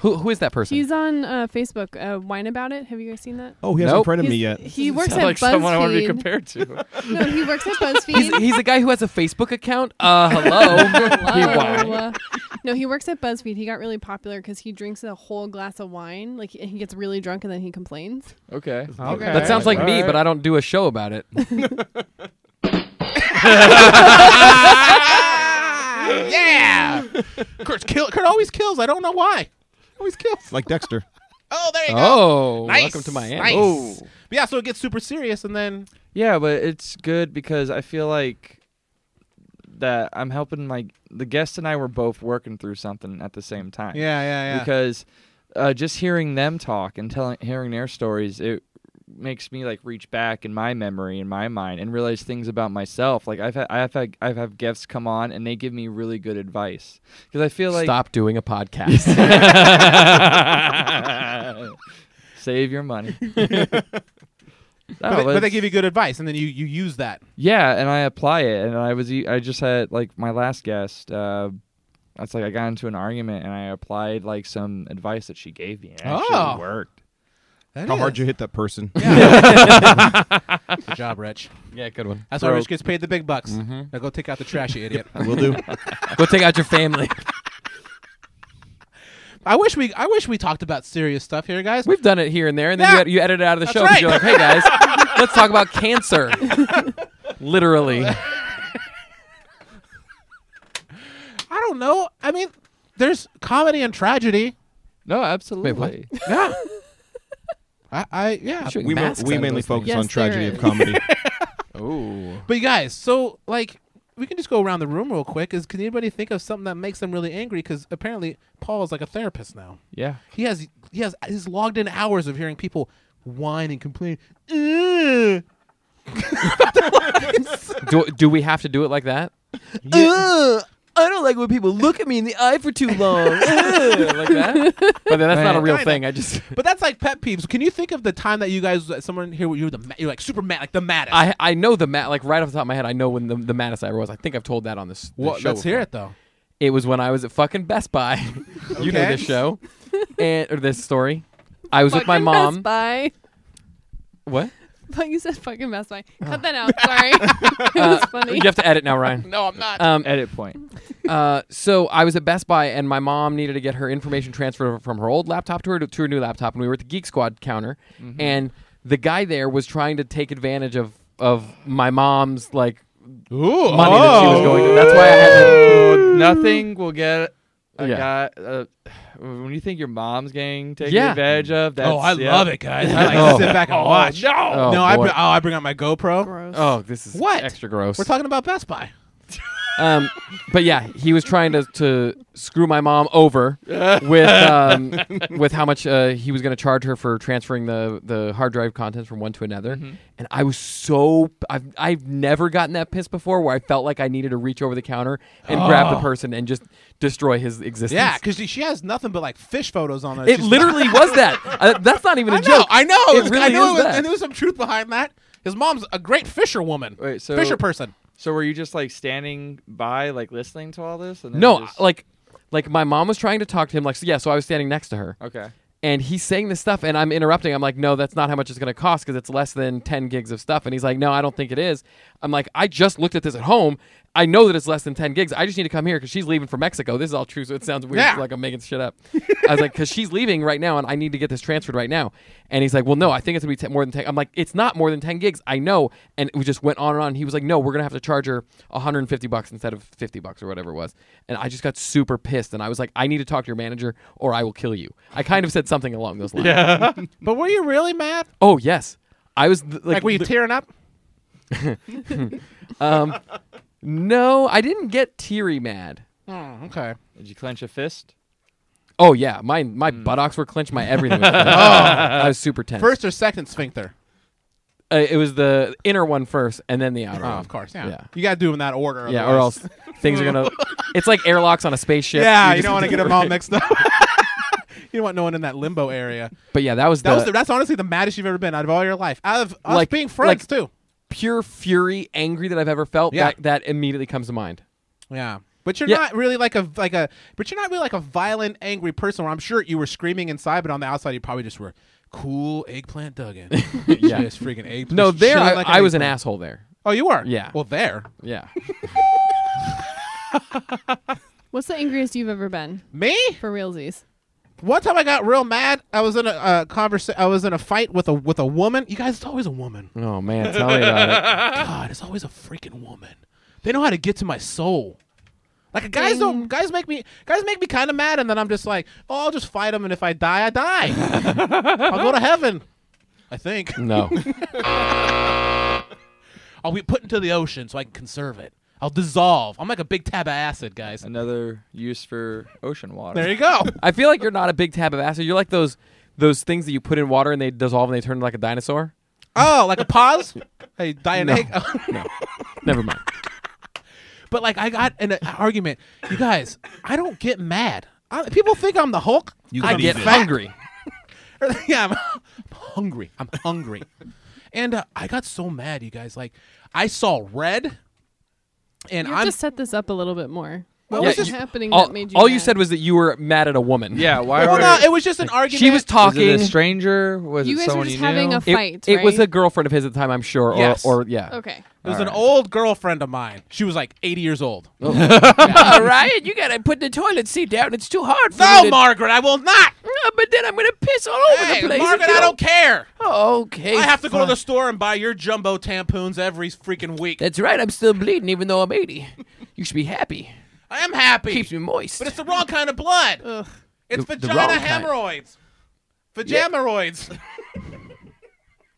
F: Who who is that person?
G: He's on uh, Facebook. Uh, Whine about it. Have you guys seen that?
D: Oh, he hasn't
F: Nope.
D: friended me
G: He's-
D: yet.
G: He works
E: sound
G: at
E: like
G: BuzzFeed.
E: someone I want to be compared to.
G: no, he works at BuzzFeed.
F: He's, he's a guy who has a Facebook account. Uh, hello.
G: Hello.
E: whined.
G: no, he works at BuzzFeed. He got really popular because he drinks a whole glass of wine. Like he he gets really drunk and then he complains.
E: okay,
A: Okay.
F: that sounds like me,
E: Alright.
F: but I don't do a show about it.
A: Ah, yeah. Kurt kill Kurt always kills. I don't know why. Always kills.
D: It's like Dexter.
A: Oh, there you go.
F: Oh,
A: Nice.
F: welcome to Miami.
A: Nice.
E: Oh.
A: But yeah, so it gets super serious, and then
E: Yeah, but it's good because I feel like that I'm helping my the guest and I were both working through something at the same time.
A: yeah, yeah, yeah.
E: Because uh, just hearing them talk and telling hearing their stories, it makes me like reach back in my memory in my mind and realize things about myself. Like I've had I've had I've had guests come on and they give me really good advice because I feel like
F: Stop doing a podcast.
E: save your money.
A: but, they, but they give you good advice, and then you you use that.
E: Yeah, and I apply it, and I was e- I just had like my last guest. Uh, that's like I got into an argument, and I applied like some advice that she gave me. and It actually
A: Oh.
E: worked.
A: That
D: How hard
A: is.
D: you hit that person?
A: Good job, Rich.
F: yeah, good one. Mm-hmm.
A: That's why
E: Bro.
A: Rich gets paid the big bucks. Now go take out the trash, you idiot.
D: Will do.
F: Go take out your family.
A: I wish we I wish we talked about serious stuff here, guys.
F: We've done it here and there, and then
A: Yeah.
F: you, ed- you edit it out of the
A: That's
F: show because
A: right.
F: you're like, hey guys, let's talk about cancer. Literally.
A: I don't know. I mean, there's comedy and tragedy.
E: No, absolutely.
A: Yeah. I, I yeah.
F: Sure.
D: We, ma-
F: Masks
D: we
F: out of
D: mainly
F: those things.
D: focus
G: Yes,
D: on tragedy
G: there
D: of
G: is.
D: comedy.
F: Oh.
A: But you guys, so like we can just go around the room real quick. Is can anybody think of something that makes them really angry? Because apparently Paul is like a therapist now.
E: Yeah.
A: He has he has he's logged in hours of hearing people whine and complain. "Ugh,
F: do, do we have to do it like that? Ugh, Uh, I don't like when people look at me in the eye for too long. Ugh, like that? But then that's not a real
A: Kinda.
F: thing. I just
A: But that's like pet peeves. Can you think of the time that you guys, that someone here, you were the ma- you're like super mad, like the maddest?
F: I I know the mat like right off the top of my head. I know when the the maddest I ever was. I think I've told that on this. this
A: Well,
F: show
A: let's hear it though.
F: It was when I was at fucking Best Buy. you know
A: Okay.
F: this show, and or this story. I was with my
G: Fucking
F: mom.
G: Best Buy.
F: What?
G: But you said fucking Best Buy. Cut that out. Sorry. it was
F: Uh,
G: funny.
F: You have to edit now, Ryan.
A: No, I'm not.
F: Um,
E: Edit point.
F: uh, so I was at Best Buy, and my mom needed to get her information transferred from her old laptop to her to her new laptop, and we were at the Geek Squad counter,
A: Mm-hmm.
F: and the guy there was trying to take advantage of of my mom's like
A: Ooh,
F: money that she was going to. That's why I had to.
E: Oh, nothing will get a
F: Yeah.
E: guy. Uh, when you think your mom's getting taken
F: Yeah.
E: advantage of, that's,
A: oh, I
E: yeah.
A: love it, guys. I like
F: Oh.
A: sit back and
E: Oh,
A: watch. No,
F: Oh,
A: no, I
F: boy.
A: bring, oh, I bring out my GoPro.
G: Gross.
F: Oh, this is
A: What?
F: extra gross.
A: We're talking about Best Buy.
F: Um, but yeah, he was trying to, to screw my mom over with um, with how much uh, he was going to charge her for transferring the, the hard drive contents from one to another.
A: Mm-hmm.
F: And I was so I've I've never gotten that pissed before where I felt like I needed to reach over the counter and grab the person and just destroy his existence.
A: Oh. Yeah, because she, she has nothing but like fish photos on her.
F: it
A: She's-
F: literally was that. Uh, that's not even a
A: I know,
F: joke.
A: I know.
F: It
A: It was, I
F: really
A: knew
F: is
A: it was,
F: that.
A: and there was some truth behind that. His mom's a great fisher woman,
E: Wait, so
A: fisher person.
E: So were you just like standing by, like listening to all this? And then
F: no,
E: you just-
F: like like my mom was trying to talk to him. Like so- yeah, so I was standing next to her.
E: okay,
F: and he's saying this stuff and i'm interrupting i'm like no that's not how much it's going to cost because it's less than 10 gigs of stuff and he's like no i don't think it is i'm like i just looked at this at home i know that it's less than 10 gigs i just need to come here because she's leaving for mexico this is all true so it sounds weird
A: Yeah.
F: like i'm making shit up i was like because she's leaving right now and i need to get this transferred right now and he's like well no i think it's going to be te- more than 10 i'm like it's not more than 10 gigs i know and we just went on and on he was like no we're going to have to charge her 150 bucks instead of 50 bucks or whatever it was and i just got super pissed and i was like i need to talk to your manager or i will kill you i kind of said something along those lines
A: But were you really mad?
F: Oh yes, I was th- like,
A: Like, were you
F: th-
A: tearing up?
F: no, I didn't get teary mad.
A: Oh, okay.
E: did you clench a fist?
F: Oh yeah, my my
A: Hmm.
F: buttocks were clenched. My everything. Was clenched. I was super tense.
A: First or second sphincter?
F: uh, it was the inner one first, and then the outer.
A: Oh,
F: one.
A: of course. Yeah.
F: Yeah.
A: You got to do them in that order.
F: Yeah, or
A: otherwise-
F: else things are gonna. It's like airlocks on a spaceship.
A: Yeah, you,
F: just-
A: don't want to get them all mixed up. you don't want no one in that limbo area.
F: But yeah, that was
A: That
F: the,
A: was the, that's honestly the maddest you've ever been out of all your life. Out of us
F: Like-
A: being friends too.
F: pure fury, angry that I've ever felt.
A: Yeah.
F: That, that immediately comes to mind.
A: Yeah. But you're
F: Yeah.
A: not really like a like a but you're not really like a violent, angry person where I'm sure you were screaming inside, but on the outside you probably just were cool eggplant Duggan.
F: Yeah.
A: Just freaking eggplant.
F: No,
A: just
F: there
A: chilling
F: I,
A: like
F: I was an
A: eggplant.
F: asshole there.
A: Oh, you were?
F: Yeah.
A: Well there.
F: Yeah.
G: What's the angriest you've ever been?
A: Me?
G: For realsies.
A: One time I got real mad. I was in a uh, conversa- I was in a fight with a with a woman. You guys, it's always a woman.
F: Oh man, tell me about it.
A: God, it's always a freaking woman. They know how to get to my soul. Like guys don't guys make me guys make me kind of mad, and then I'm just like, oh, I'll just fight them, and if I die, I die. I'll go to heaven. I think.
F: No.
A: I'll be put into the ocean so I can conserve it. I'll dissolve. I'm like a big tab of acid, guys.
E: Another use for ocean water.
A: There you go.
F: I feel like you're not a big tab of acid. You're like those those things that you put in water and they dissolve and they turn like a dinosaur.
A: oh, like a pause. Hey, die an
F: No.
A: egg.
F: No, never mind.
A: But like I got in an argument. You guys, I don't get mad. I, people think I'm the Hulk.
F: I
A: I'm
F: get
A: fat.
F: hungry.
A: yeah, I'm, I'm hungry. I'm hungry. and uh, I got so mad, you guys. Like I saw red, and
G: You have
A: I'm
G: to set this up a little bit more. What
A: Yeah,
G: was just
A: you-
G: happening
F: All,
G: that made you
F: all you
G: mad?
F: said was that you were mad at a woman.
E: Yeah. Why
A: well,
E: were
A: no, it was just an argument.
F: she was
E: was it
F: talking.
E: a stranger? Was
G: You
E: it
G: guys were
E: someone
G: just
E: you
G: having
E: knew?
G: a-
F: It,
G: Fight,
F: it was
G: right?
F: a girlfriend of his at the time, I'm sure. Or,
A: Yes.
F: or yeah.
G: Okay.
A: It was an old girlfriend of mine. She was like 80 years old.
F: All right, you gotta put the toilet seat down. It's too hard for Oh,
A: No, Margaret, I will not.
F: but then I'm gonna piss all
A: Hey, Margaret, I don't care.
F: Okay.
A: I have to go to the store and buy your jumbo tampons every freaking week.
F: That's right. I'm still bleeding, even though I'm 80. You should be happy.
A: I am happy.
F: Keeps me moist.
A: But it's the wrong kind of blood. It's
F: The- the
A: vagina
F: wrong kind.
A: hemorrhoids. Vajameroids.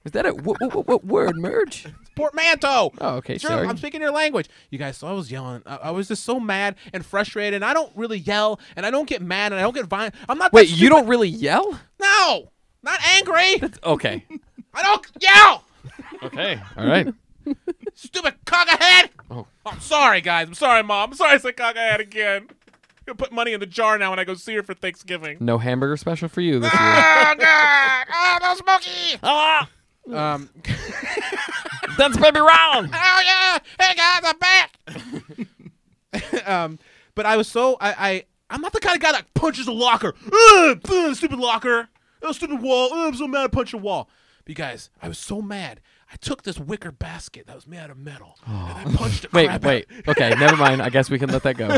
F: Is that a what, what, what word merge?
A: Portmanteau.
F: Oh, okay,
A: It's true.
F: sorry.
A: I'm speaking your language. You guys, so I was yelling. I, I was just so mad and frustrated. And I don't really yell, and I don't get mad, and I don't get violent. I'm not. that
F: Wait, you
A: stupid-
F: don't really yell?
A: No, not angry.
F: Okay.
A: I don't yell.
F: Okay. All right.
A: Stupid cockhead.
F: Oh.
A: I'm sorry, guys. I'm sorry, mom. I'm sorry, I said cockhead again. I'm gonna put money in the jar now when I go see her for Thanksgiving.
F: No hamburger special for you this year.
A: Oh God! Oh, no smoky! Ah! Um.
F: That's baby round.
A: Oh yeah! Hey guys, I'm back. um, but I was so I, I I'm not the kind of guy that punches a locker. Ugh, ugh, stupid locker. Oh, stupid wall. Ugh, I'm so mad. I punch a wall. But you guys, I was so mad. I took this wicker basket that was made out of metal and I punched it.
F: Oh. Wait, wait. Okay, never mind. I guess we can let that go.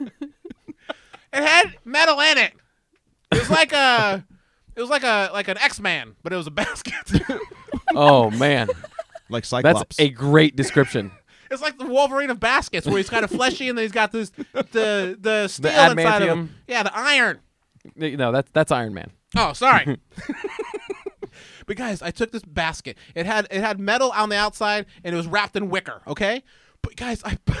A: It had metal in it. It was like a. It was like a like an X Man, but it was a basket.
F: Oh man,
D: Like
F: that's
D: Cyclops.
F: a great description.
A: it's like the Wolverine of baskets, where he's kind of fleshy and then he's got this the the steel inside of
F: adamantium.
A: him. Yeah, the iron.
F: No, that's that's Iron Man.
A: Oh, sorry. but guys, I took this basket. It had it had metal on the outside and it was wrapped in wicker, okay? But guys, I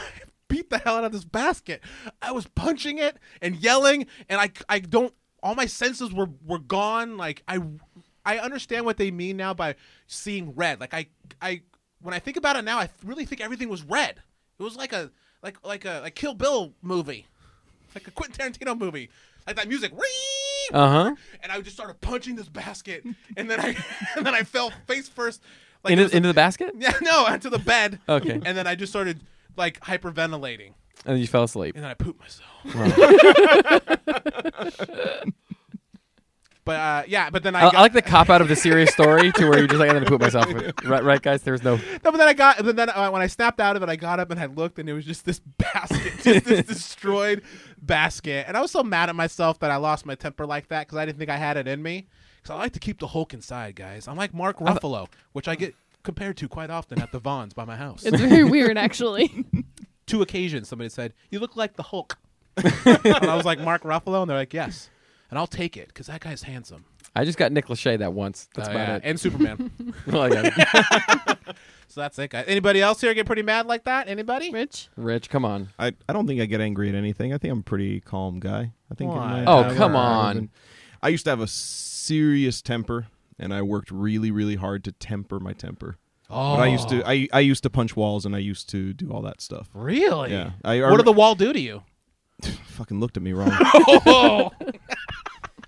A: beat the hell out of this basket. I was punching it and yelling and I I don't all my senses were were gone. Like I I understand what they mean now by seeing red. Like I I when I think about it now, I really think everything was red. It was like a like like a like Kill Bill movie. Like a Quentin Tarantino movie. Like that music. Whee!
F: Uh huh.
A: and I just started punching this basket, and then I and then I fell face first, like it was a-
F: Into into the basket,
A: yeah, no, onto the bed.
F: Okay.
A: and then I just started like hyperventilating,
F: and you fell asleep.
A: and then I pooped myself. but uh, yeah, but then I,
F: I,
A: got,
F: I like the cop out of the serious story to where you're just like I'm gonna poop myself. Right, right, guys. There's no.
A: no, but then I got, but then uh, when I snapped out of it, I got up and I looked, and it was just this basket, just this destroyed basket, and I was so mad at myself that I lost my temper like that because I didn't think I had it in me. Because I like to keep the Hulk inside, guys. I'm like Mark Ruffalo, which I get compared to quite often at the Vons by my house.
G: It's very weird, actually.
A: Two occasions, somebody said, "You look like the Hulk," and I was like Mark Ruffalo, and they're like, "Yes," and I'll take it because that guy's handsome.
F: I just got Nick Lachey that once. That's
A: Oh,
F: about
A: yeah,
F: it.
A: and Superman.
F: Well, yeah.
A: so that's it, guys. Anybody else here get pretty mad like that? Anybody?
G: Rich,
F: Rich, come on.
D: I, I don't think I get angry at anything. I think I'm a pretty calm guy. I think. in
A: Why?
D: my
F: Oh,
D: entire
F: come
D: life I've
F: on.
D: been- I used to have a serious temper, and I worked really, really hard to temper my temper.
A: Oh,
D: But I used to I, I used to punch walls, and I used to do all that stuff.
A: really.
D: Yeah. I, I
A: What did the wall do to you?
D: fucking looked at me wrong.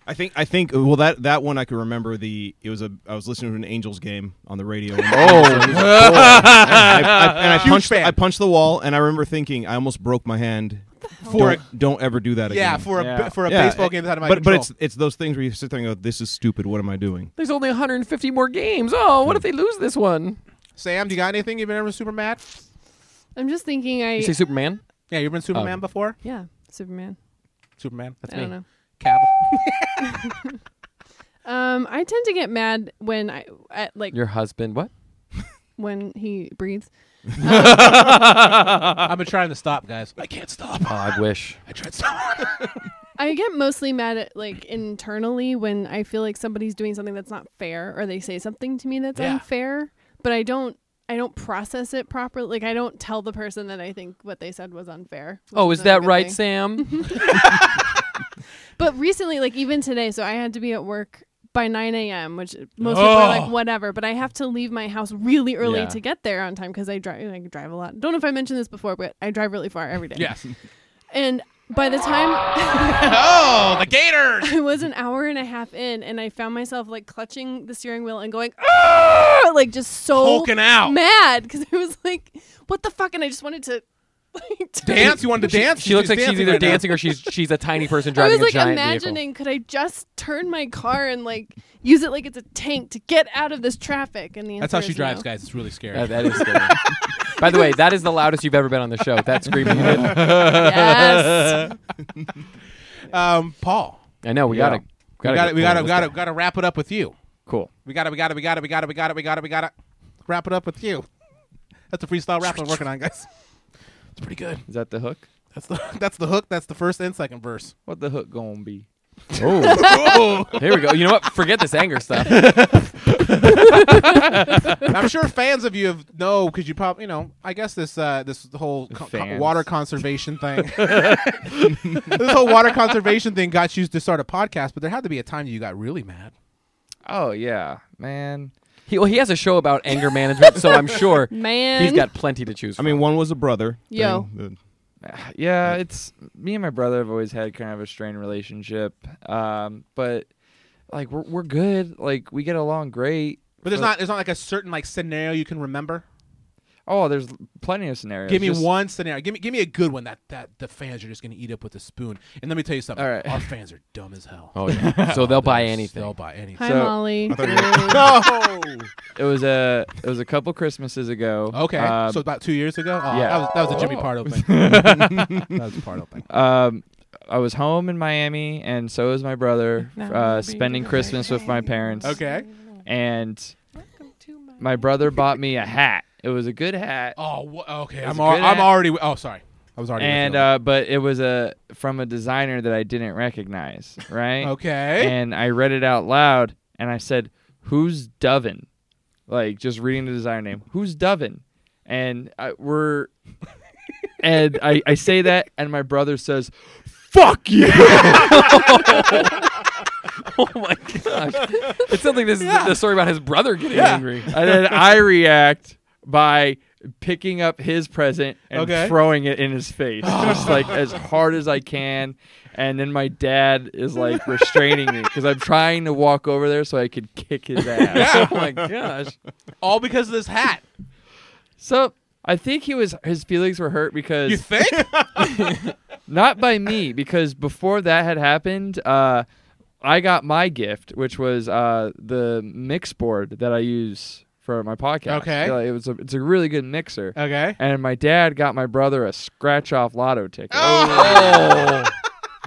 D: I think I think uh, well that that one I could remember the it was a I was listening to an Angels game on the radio.
A: Oh.
D: And I, I- and I punched
A: fan.
D: I punched the wall and I remember thinking I almost broke my hand.
A: For
D: don't, don't ever do that
A: yeah,
D: again.
A: for a
E: Yeah.
A: for a
D: Yeah,
A: baseball game that's out of my
D: but
A: control.
D: but it's it's those things where you sit there and go this is stupid. What am I doing?
F: There's only 150 more games. Oh, what if they lose this one?
A: Sam, do you got anything you've been ever super mad?
G: I'm just thinking. I
F: You say Superman?
A: Yeah, you've been Superman
F: Um,
A: before.
G: yeah, Superman.
A: Superman, that's
G: I don't
A: me.
G: know.
A: Cavill.
G: Um, I tend to get mad when I at like
F: Your husband? What?
G: when he breathes.
A: I've been trying to stop, guys. I can't stop.
F: Oh, I wish.
A: I tried stopping.
G: I get mostly mad at like internally when I feel like somebody's doing something that's not fair or they say something to me that's
A: Yeah.
G: unfair, but I don't I don't process it properly. Like I don't tell the person that I think what they said was unfair. which
F: Oh, is
G: not a
F: that
G: good
F: right,
G: thing.
F: Sam?
G: But recently, like even today, so I had to be at work by 9 a.m., which most people are
A: Oh.
G: like, whatever. But I have to leave my house really early
F: Yeah.
G: to get there on time because I drive. I drive a lot. Don't know if I mentioned this before, but I drive really far every day.
A: yes.
G: And by the time
A: Oh, the Gators.
G: I was an hour and a half in, and I found myself like clutching the steering wheel and going, "Ah!" like just so
A: Hulking out.
G: mad because I was like, what the fuck? And I just wanted to like to-
A: Dance? You wanted to dance?
F: She looks like she's either
A: right now.
F: dancing or she's she's a tiny person
G: I
F: driving
G: was like
F: a giant
G: imagining, could I just turn my car and like use it like it's a tank to get out of this traffic? And the
A: That's how
G: answer
A: she
G: is
A: drives,
G: no.
A: guys. It's really scary.
F: vehicle. Yeah, that is scary. By the way, that is the loudest you've ever been on the show. That screaming. you did.
G: Yes.
A: Um, Paul,
F: I know. We
E: Yeah.
F: gotta.
A: we
F: gotta
A: got to
F: get
A: we
F: going
A: got to
F: on
A: we
F: this
A: got to
F: guy.
A: got to wrap it up with you.
F: Cool.
A: We got to we got to we got to we got to we got to we got to we got to we got to wrap it up with you. That's a freestyle rap I'm working on, guys. It's pretty good.
E: Is that the hook?
A: That's the that's the hook. That's the first and second verse.
E: What the hook gonna be?
A: Oh.
F: Here we go. You know what? Forget this anger stuff.
A: I'm sure fans of you have know because you probably you know I guess this uh, this whole co- co-
E: Fans.
A: water conservation thing this whole water conservation thing got you to start a podcast but there had to be a time you got really mad
E: Oh yeah, man.
F: He, well, he has a show about anger management, so I'm sure
G: Man.
F: he's got plenty to
D: I
F: choose from.
D: mean, one was a brother.
G: Yo.
D: thing.
E: Yeah, it's me and my brother have always had kind of a strained relationship. Um, but like we're we're good. Like we get along great.
A: but there's not there's not like a certain like scenario you can remember
E: Oh, there's plenty of scenarios.
A: give me
E: Just-
A: one scenario give me give me a good one that that the fans are just gonna eat up with a spoon and let me tell you something
E: All right.
A: our fans are dumb as hell
B: Oh yeah.
F: so they'll buy anything.
A: they'll buy anything
G: Hi,
E: So-
G: Molly.
A: no
E: It was a it was a couple Christmases ago.
A: okay
E: Um,
A: so about two years ago oh,
E: yeah.
A: that was that was a Jimmy
E: Oh.
A: Pardo thing that was a Pardo thing
E: um, I was home in Miami, and so was my brother, uh, spending Christmas with my parents.
A: okay
E: And my brother bought me a hat. It was a good hat,
A: oh wha- okay
E: It
A: I'm
E: was a
A: al-
E: good
A: I'm
E: act.
A: already oh sorry I was already with
E: and
A: you.
E: uh, but it was a from a designer that I didn't recognize, right?
A: Okay.
E: And I read it out loud, and I said, "Who's Dovin?" Like just reading the designer name. Who's Dovin? And I, we're and I, I say that, and my brother says, "Fuck you."
F: oh my gosh! It sounds like this is the- the story about his brother getting angry.
E: and then I react by picking up his present and
A: Okay.
E: throwing it in his face, just like as hard as I can. And then my dad is like restraining me because I'm trying to walk over there so I could kick his ass.
F: oh my gosh!
A: all because of this hat.
E: So I think he was his feelings were hurt because
A: You think?
E: not by me because before that had happened uh, i got my gift which was uh, the mix board that i use for my podcast
A: Okay.
E: Yeah, it was a, it's a really good mixer
A: okay.
E: and my dad got my brother a scratch off lotto ticket
A: Oh.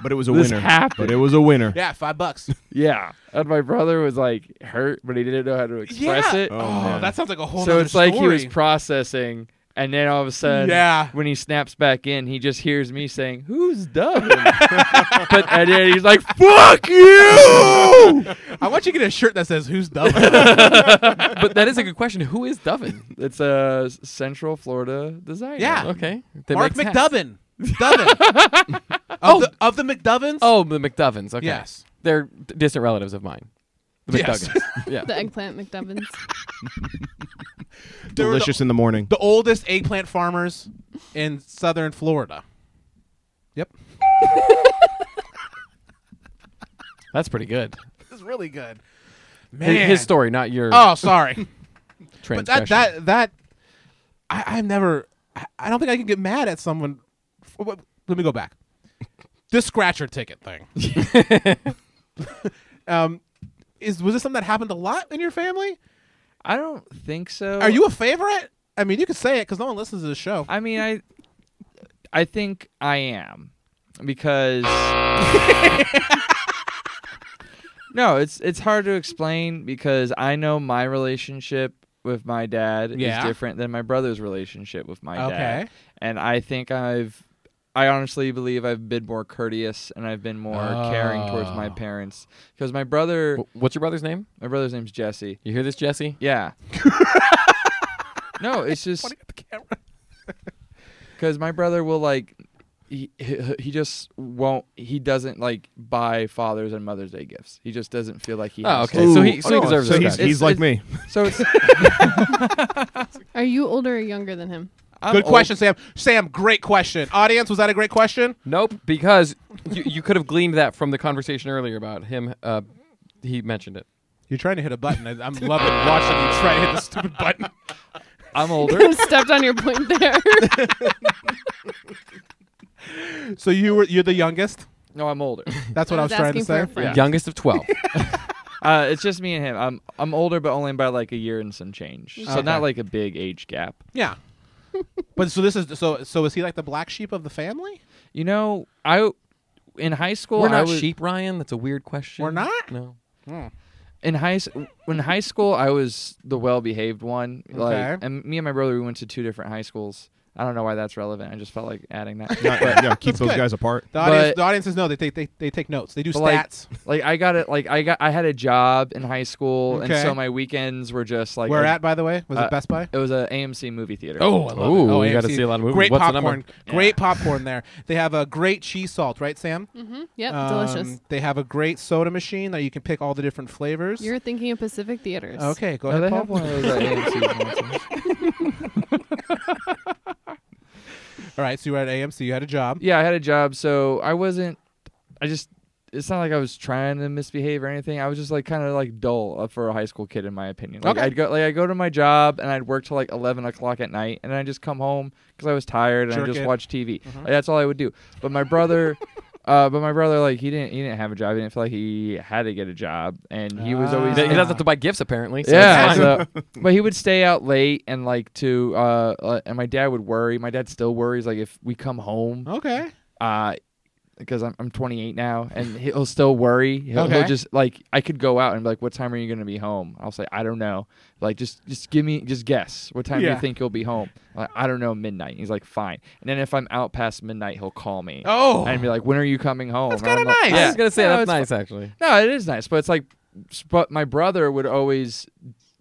D: But it was a
E: This
D: winner.
E: happened.
D: But it was a winner.
A: Yeah, five bucks.
E: yeah and my brother was like hurt but he didn't know how to express
A: Yeah.
E: it
A: Oh,
D: man.
A: that sounds like a whole.
E: so
A: nother
E: it's like he was
A: story.
E: processing and then all of a sudden
A: Yeah.
E: when he snaps back in he just hears me saying who's dumb but and then he's like fuck you
A: I want you to get a shirt that says "Who's dumb."
F: But that is a good question. Who is Dubbin?
E: It's a s- Central Florida designer.
A: Yeah.
F: Okay, That
A: Mark
F: makes sense.
A: McDubbin. Dubbin. of, the, of the McDubbins.
F: Oh, the McDubbins. Okay,
A: yes.
F: they're d- distant relatives of mine. The
A: Yes.
F: McDuggins. yeah.
G: the eggplant McDubbins.
A: They were
D: Delicious in the morning.
A: The, the oldest eggplant farmers in southern Florida. Yep.
F: That's pretty good.
A: This is really good.
F: His,
A: Man.
F: his story, not your
A: Oh, sorry. but
F: transgression.
A: that that that I, I've never. I, I don't think I can get mad at someone. f- what- Let me go back. This scratcher ticket thing. um, is was this something that happened a lot in your family?
E: I don't think so.
A: Are you a favorite? I mean, you could say it because no one listens to the show.
E: I mean, I, I think I am, because. no, it's it's hard to explain because I know my relationship with my dad
A: Yeah.
E: is different than my brother's relationship with my
A: Okay.
E: dad, and I think I've. I honestly believe I've been more courteous and I've been more caring towards my
A: Oh.
E: parents because my brother,
F: W- What's your brother's name?
E: my brother's name's Jesse.
F: You hear this, Jesse?
E: Yeah. no, it's just because my brother will like he, he he just won't he doesn't like buy Father's and Mother's Day gifts. He just doesn't feel like he.
F: Oh,
E: has
F: okay.
E: to.
F: so he- so he deserves
D: so
F: respect.
D: he's,
E: It's-
D: he's like me.
E: it's- So it's
G: Are you older or younger than him?
E: I'm
A: Good
E: old.
A: question, Sam. Sam, great question. Audience, was that a great question?
F: Nope, because you, you could have gleaned that from the conversation earlier about him. Uh, he mentioned it.
A: You're trying to hit a button. I, I'm loving watching you try to hit the stupid button.
E: I'm older.
G: Stepped on your point there.
A: So you were you're the youngest.
E: No, I'm older.
A: That's what I was, trying to
G: asking for
A: say.
G: a friend.
F: Youngest of twelve.
E: Uh, it's just me and him. I'm I'm older, but only by like a year and some change. So
A: Okay.
E: not like a big age gap.
A: Yeah. but so this is so so is he like the black sheep of the family?
E: You know, I in high school
F: We're
E: I
F: not
E: was,
F: Mm. sheep, Ryan. That's a weird question.
A: We're not?
F: No.
E: in high school when high school, I was the well-behaved one. Like,
A: Okay.
E: and me and my brother, we went to two different high schools. I don't know why that's relevant. I just felt like adding that.
D: Yeah,
E: But-
D: yeah, keep
A: That's
D: those
A: good.
D: guys apart.
A: The, audience,
E: But-
A: the audiences know that they, they, they take notes. They do
E: But, like-
A: stats.
E: Like I got it. Like I got. I had a job in high school, and
A: Okay.
E: so my weekends were just like.
A: Where
E: a-
A: at, by the way? Was
E: uh,
A: it Best Buy?
E: It was a AMC movie theater.
A: Oh, I love
F: Ooh,
A: it. Oh,
F: we
A: AMC.
F: gotta see a lot of movies.
A: Great
F: What's the number?
A: popcorn. Great popcorn there. They have a great cheese salt, right, Sam?
G: Mm-hmm. Yep,
A: Um,
G: delicious.
A: They have a great soda machine that you can pick all the different flavors.
G: You're thinking of Pacific Theaters.
A: okay, go
E: No, they
A: ahead, Paul.
E: have one of those at AMC.
A: All right, so you were at AMC. You had a job.
E: yeah, I had a job, so I wasn't. I just. It's not like I was trying to misbehave or anything. I was just like kind of like dull uh, for a high school kid, in my opinion. Like
A: Okay.
E: I'd go like I go to my job and I'd work till like eleven o'clock at night, and I just come home because I was tired and
A: Jerk
E: I just
A: it. Mm-hmm.
E: watch TV. Like, that's all I would do. But my brother. Uh, but my brother, like, he didn't, he didn't have a job. He didn't feel like he had to get a job, and he was always
A: Ah.
F: He
A: Yeah.
F: doesn't have to buy gifts apparently. So
E: yeah,
F: it's fine.
E: so- but he would stay out late and like to uh, uh, and my dad would worry. My dad still worries like if we come home
A: Okay.
E: uh because I'm I'm 28 now and he'll still worry. He'll, he'll
A: Okay.
E: just like I could go out and be like, what time are you gonna be home? I'll say I don't know. Like just just give me just guess what time do
A: Yeah.
E: you think you'll be home? Like I don't know midnight. He's like fine. And then if I'm out past midnight, he'll call me
A: Oh.
E: and be like, when are you coming home? That's
A: kinda nice.
F: I
E: Yeah.
F: was gonna say
E: No,
F: that's
E: it's
F: nice actually.
E: No, it is nice, but it's like, s- but my brother would always,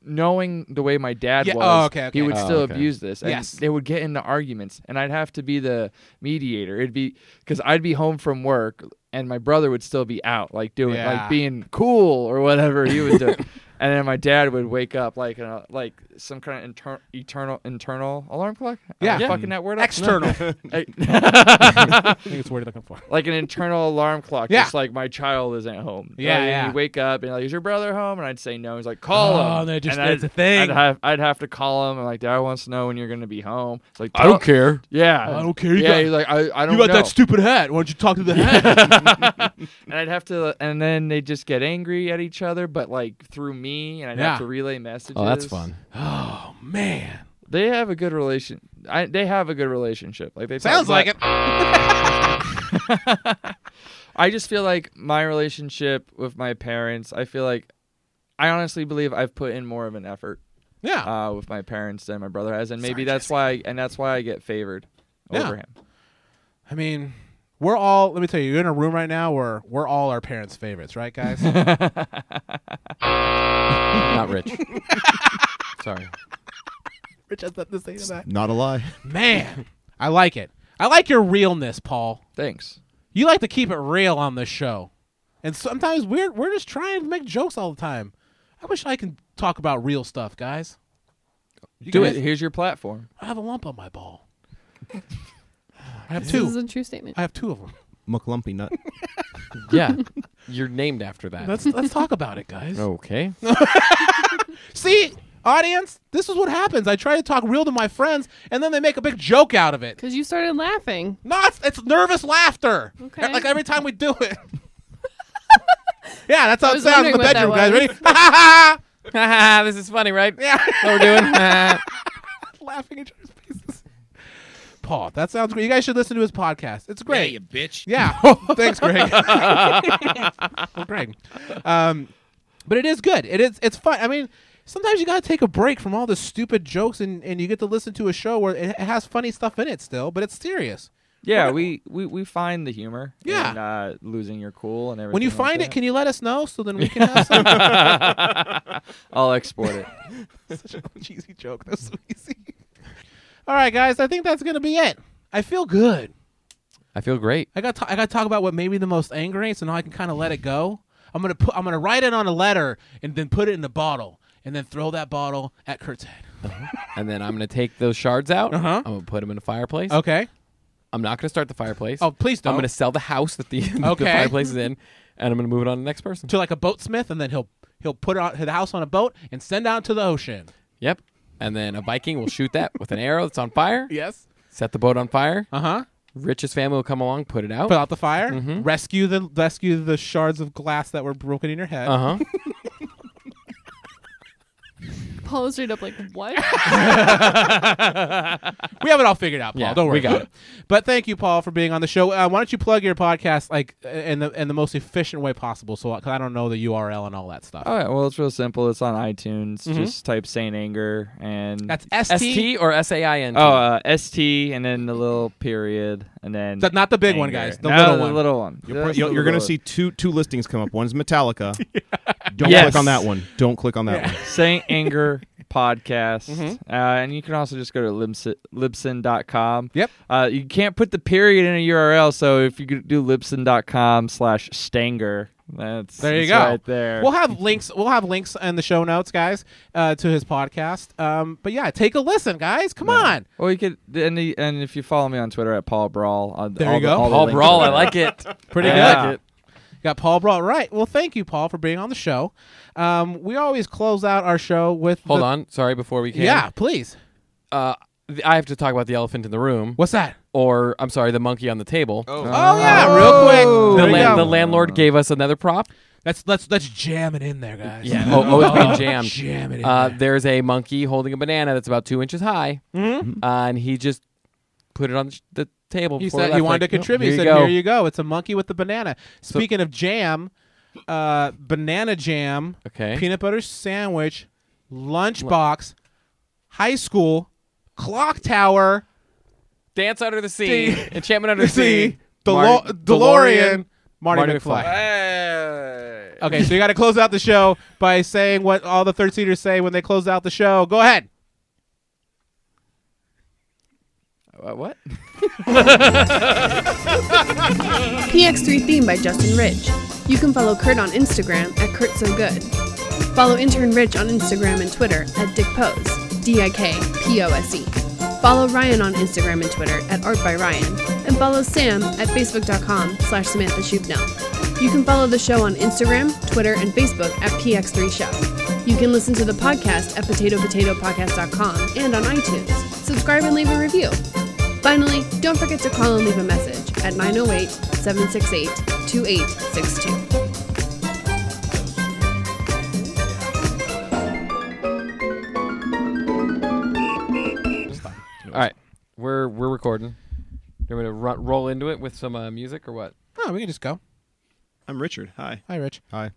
E: knowing the way my dad
A: Yeah,
E: was,
A: oh, okay, okay.
E: he would
F: Oh,
E: still
F: okay.
E: abuse this. And
A: Yes.
E: they would get into arguments, and I'd have to be the mediator. It'd be because I'd be home from work, and my brother would still be out, like doing,
A: Yeah.
E: like being cool or whatever he was doing. And then my dad would wake up like uh, like some kind of inter- eternal internal alarm clock. Am I
A: Yeah. Yeah.
E: fucking that word up.
A: External. I
E: External.
A: think it's word you're looking for.
E: like an internal alarm clock.
A: Yeah.
E: Just like my child isn't home.
A: Yeah,
E: Like, and
A: yeah.
E: You wake up and like, is your brother home? And I'd say no. He's like, call
A: Oh,
E: him.
A: that just-
E: and
A: that's a thing.
E: I'd have, I'd have to call him. I'm like, Dad wants to know when you're going to be home. It's like,
B: I don't
E: "Tell-"
B: care.
E: Yeah.
A: I don't care. You
E: yeah.
A: got-
E: he's like, I, I don't
A: You got
E: know.
A: that stupid hat. Why don't you talk to the hat?
E: and I'd have to, and then they just get angry at each other, but like through me, and I'd
A: Yeah.
E: have to relay messages.
F: Oh, that's fun.
A: oh man,
E: They have a good relation. I, they have a good relationship. Like they talk
A: sounds like
E: about-
A: it.
E: I just feel like my relationship with my parents, I feel like I honestly believe I've put in more of an effort
A: Yeah.
E: uh, with my parents than my brother has, and maybe that's why, I, and that's why I get favored
A: Yeah.
E: over him.
A: I mean, we're all. Let me tell you, you're in a room right now where we're all our parents' favorites, right, guys?
F: Not rich. Sorry.
A: Rich has nothing to say to that.
D: Not a lie.
A: Man, I like it. I like your realness, Paul.
E: Thanks.
A: You like to keep it real on this show, and sometimes we're we're just trying to make jokes all the time. I wish I could talk about real stuff, guys. You
E: Do
A: guys-
E: it. Here's your platform.
A: I have a lump on my ball. I have
G: This is
A: two.
G: a true statement.
A: I have two of them.
D: McLumpy nut.
F: Yeah. You're named after that.
A: Let's let's talk about it, guys.
F: okay.
A: See, audience, this is what happens. I try to talk real to my friends, and then they make a big joke out of it.
G: Because you started laughing.
A: No, it's, it's nervous laughter.
G: Okay.
A: Like every time we do it. yeah, that's how
G: I
A: it
G: was
A: sounds in the bedroom,
G: wondering what
A: guys.
G: that
A: Ready? Ha ha
F: this is funny, right?
A: ha!
F: What we're doing?
A: Yeah, laughing at each other's faces. Paul, that sounds great. You guys should listen to his podcast. It's great.
H: you bitch.
A: Yeah. Thanks, Greg. well, Greg. Um, but it is good. It is. It's fun. I mean, sometimes you gotta take a break from all the stupid jokes, and, and you get to listen to a show where it, it has funny stuff in it still, but it's serious.
E: Yeah, we, we, we find the humor.
A: Yeah.
E: In, uh, losing your cool and everything.
A: When you
E: like
A: find it,
E: that.
A: can you let us know so then we can have some?
E: I'll export it.
A: Such a cheesy joke. That's so easy. All right, guys. I think that's gonna be it. I feel good.
F: I feel great.
A: I got to, I got to talk about what made me the most angry, so now I can kind of let it go. I'm gonna put I'm gonna write it on a letter and then put it in a bottle and then throw that bottle at Kurt's head.
F: And then I'm gonna take those shards out.
A: Uh-huh.
F: I'm gonna put them in a fireplace.
A: Um, Okay.
F: I'm not gonna start the fireplace.
A: Oh, please don't.
F: I'm gonna sell the house that the,
A: Okay.
F: the fireplace is in, and I'm gonna move it on to the next person.
A: to like a boatsmith, and then he'll he'll put it on, the house on a boat and send out to the ocean.
F: Yep. And then a Viking will shoot that with an arrow that's on fire.
A: Yes.
F: Set the boat on fire.
A: Uh huh.
F: Rich's family will come along, put it out. Mm-hmm.
A: Put out the fire. Rescue the rescue the shards of glass that were broken in your head.
F: Uh huh.
G: Paul was straight up like, what?
A: we have it all figured out, Paul.
F: Yeah,
A: Don't worry.
F: we got
A: about
F: it.
A: But thank you, Paul, for being on the show. Uh, why don't you plug your podcast like in the in the most efficient way possible? So because I don't know the URL and all that stuff.
F: Uh,
E: All right. Oh, Well, it's real simple. It's on iTunes.
A: Mhm.
E: Just type Saint Anger and
A: That's
F: S
A: ST.
F: T or S A I N.
E: oh uh, S T and then the little period and then
A: Th- not the big one,
E: Anger.
A: guys. The
E: No,
A: little
E: the
A: one.
E: little one.
D: You're,
E: Just
D: you're,
E: the
D: you're going to
E: little
D: see two two listings come up. One's Metallica. Don't
E: Yes.
D: click on that one. Don't click on that one.
E: one. Saint Anger podcast,
A: Mm-hmm.
E: uh, and you can also just go to Libsyn, libsyn.com.
A: Yep.
E: Uh, you can't put the period in a URL, so if you could do libsyn.com slash Stanger, that's
A: There you
E: it's
A: go.
E: right there.
A: We'll have links. We'll have links in the show notes, guys, uh, to his podcast. Um, but yeah, take a listen, guys. Come on.
E: Well, you could, and, the, and if you follow me on Twitter at Paul Brawl, uh,
A: There
E: all
A: you
E: the-
A: go.
E: all the
F: Paul
E: links
F: Brawl.
E: are
F: I
E: there.
F: like it.
A: Pretty
E: Yeah.
A: good. Got Paul brought right. Well, thank you, Paul, for being on the show. Um, we always close out our show with
F: Hold
A: the-
F: on. Sorry, before we can.
A: Yeah, please.
F: Uh, th- I have to talk about the elephant in the room,
A: What's that?
F: or I'm sorry, the monkey on the table.
I: Oh.
A: Oh yeah, real quick.
F: The,
A: There you go.
F: lan- the landlord gave us another prop.
A: Let's let's let's jam it in there, guys.
F: Yeah. Oh, oh, it's being jammed.
A: Jam it in
F: Uh,
A: there.
F: there's a monkey holding a banana that's about two inches high, uh, and he just put it on the sh- the table.
A: He
F: before
A: said
F: left,
A: he wanted
F: like,
A: to contribute.
F: Here
A: He
F: you
A: said,
F: go.
A: "Here you go. It's a monkey with the banana." Speaking of jam, uh, banana jam,
F: Okay.
A: peanut butter sandwich, lunchbox, high school, clock tower,
F: Dance under the sea, enchantment under the
A: see,
F: sea,
A: DeLo-
F: Mar-
A: DeLorean, Marty,
F: Marty
A: McFly.
F: McFly.
A: Okay, so you got to close out the show by saying what all the third seaters say when they close out the show. Go ahead.
E: Uh, what?
J: PX3 theme by Justin Ridge. You can follow Kurt on Instagram at Kurt So Good. Follow intern Rich on Instagram and Twitter at Dick Pose, D I K P O S E. Follow Ryan on Instagram and Twitter at Art by Ryan, and follow Sam at Facebook.com slash Samantha Shubnell. You can follow the show on Instagram, Twitter, and Facebook at PX3 Show. You can listen to the podcast at PotatoPotatoPodcast.com and on iTunes. Subscribe and leave a review. Finally, don't forget to call and leave a message at 908 768 2862.
F: All right, we're we're recording. You want me to ru- roll into it with some uh, music or what?
A: Oh, we can just go.
D: I'm Richard. Hi.
A: Hi, Rich.
D: Hi.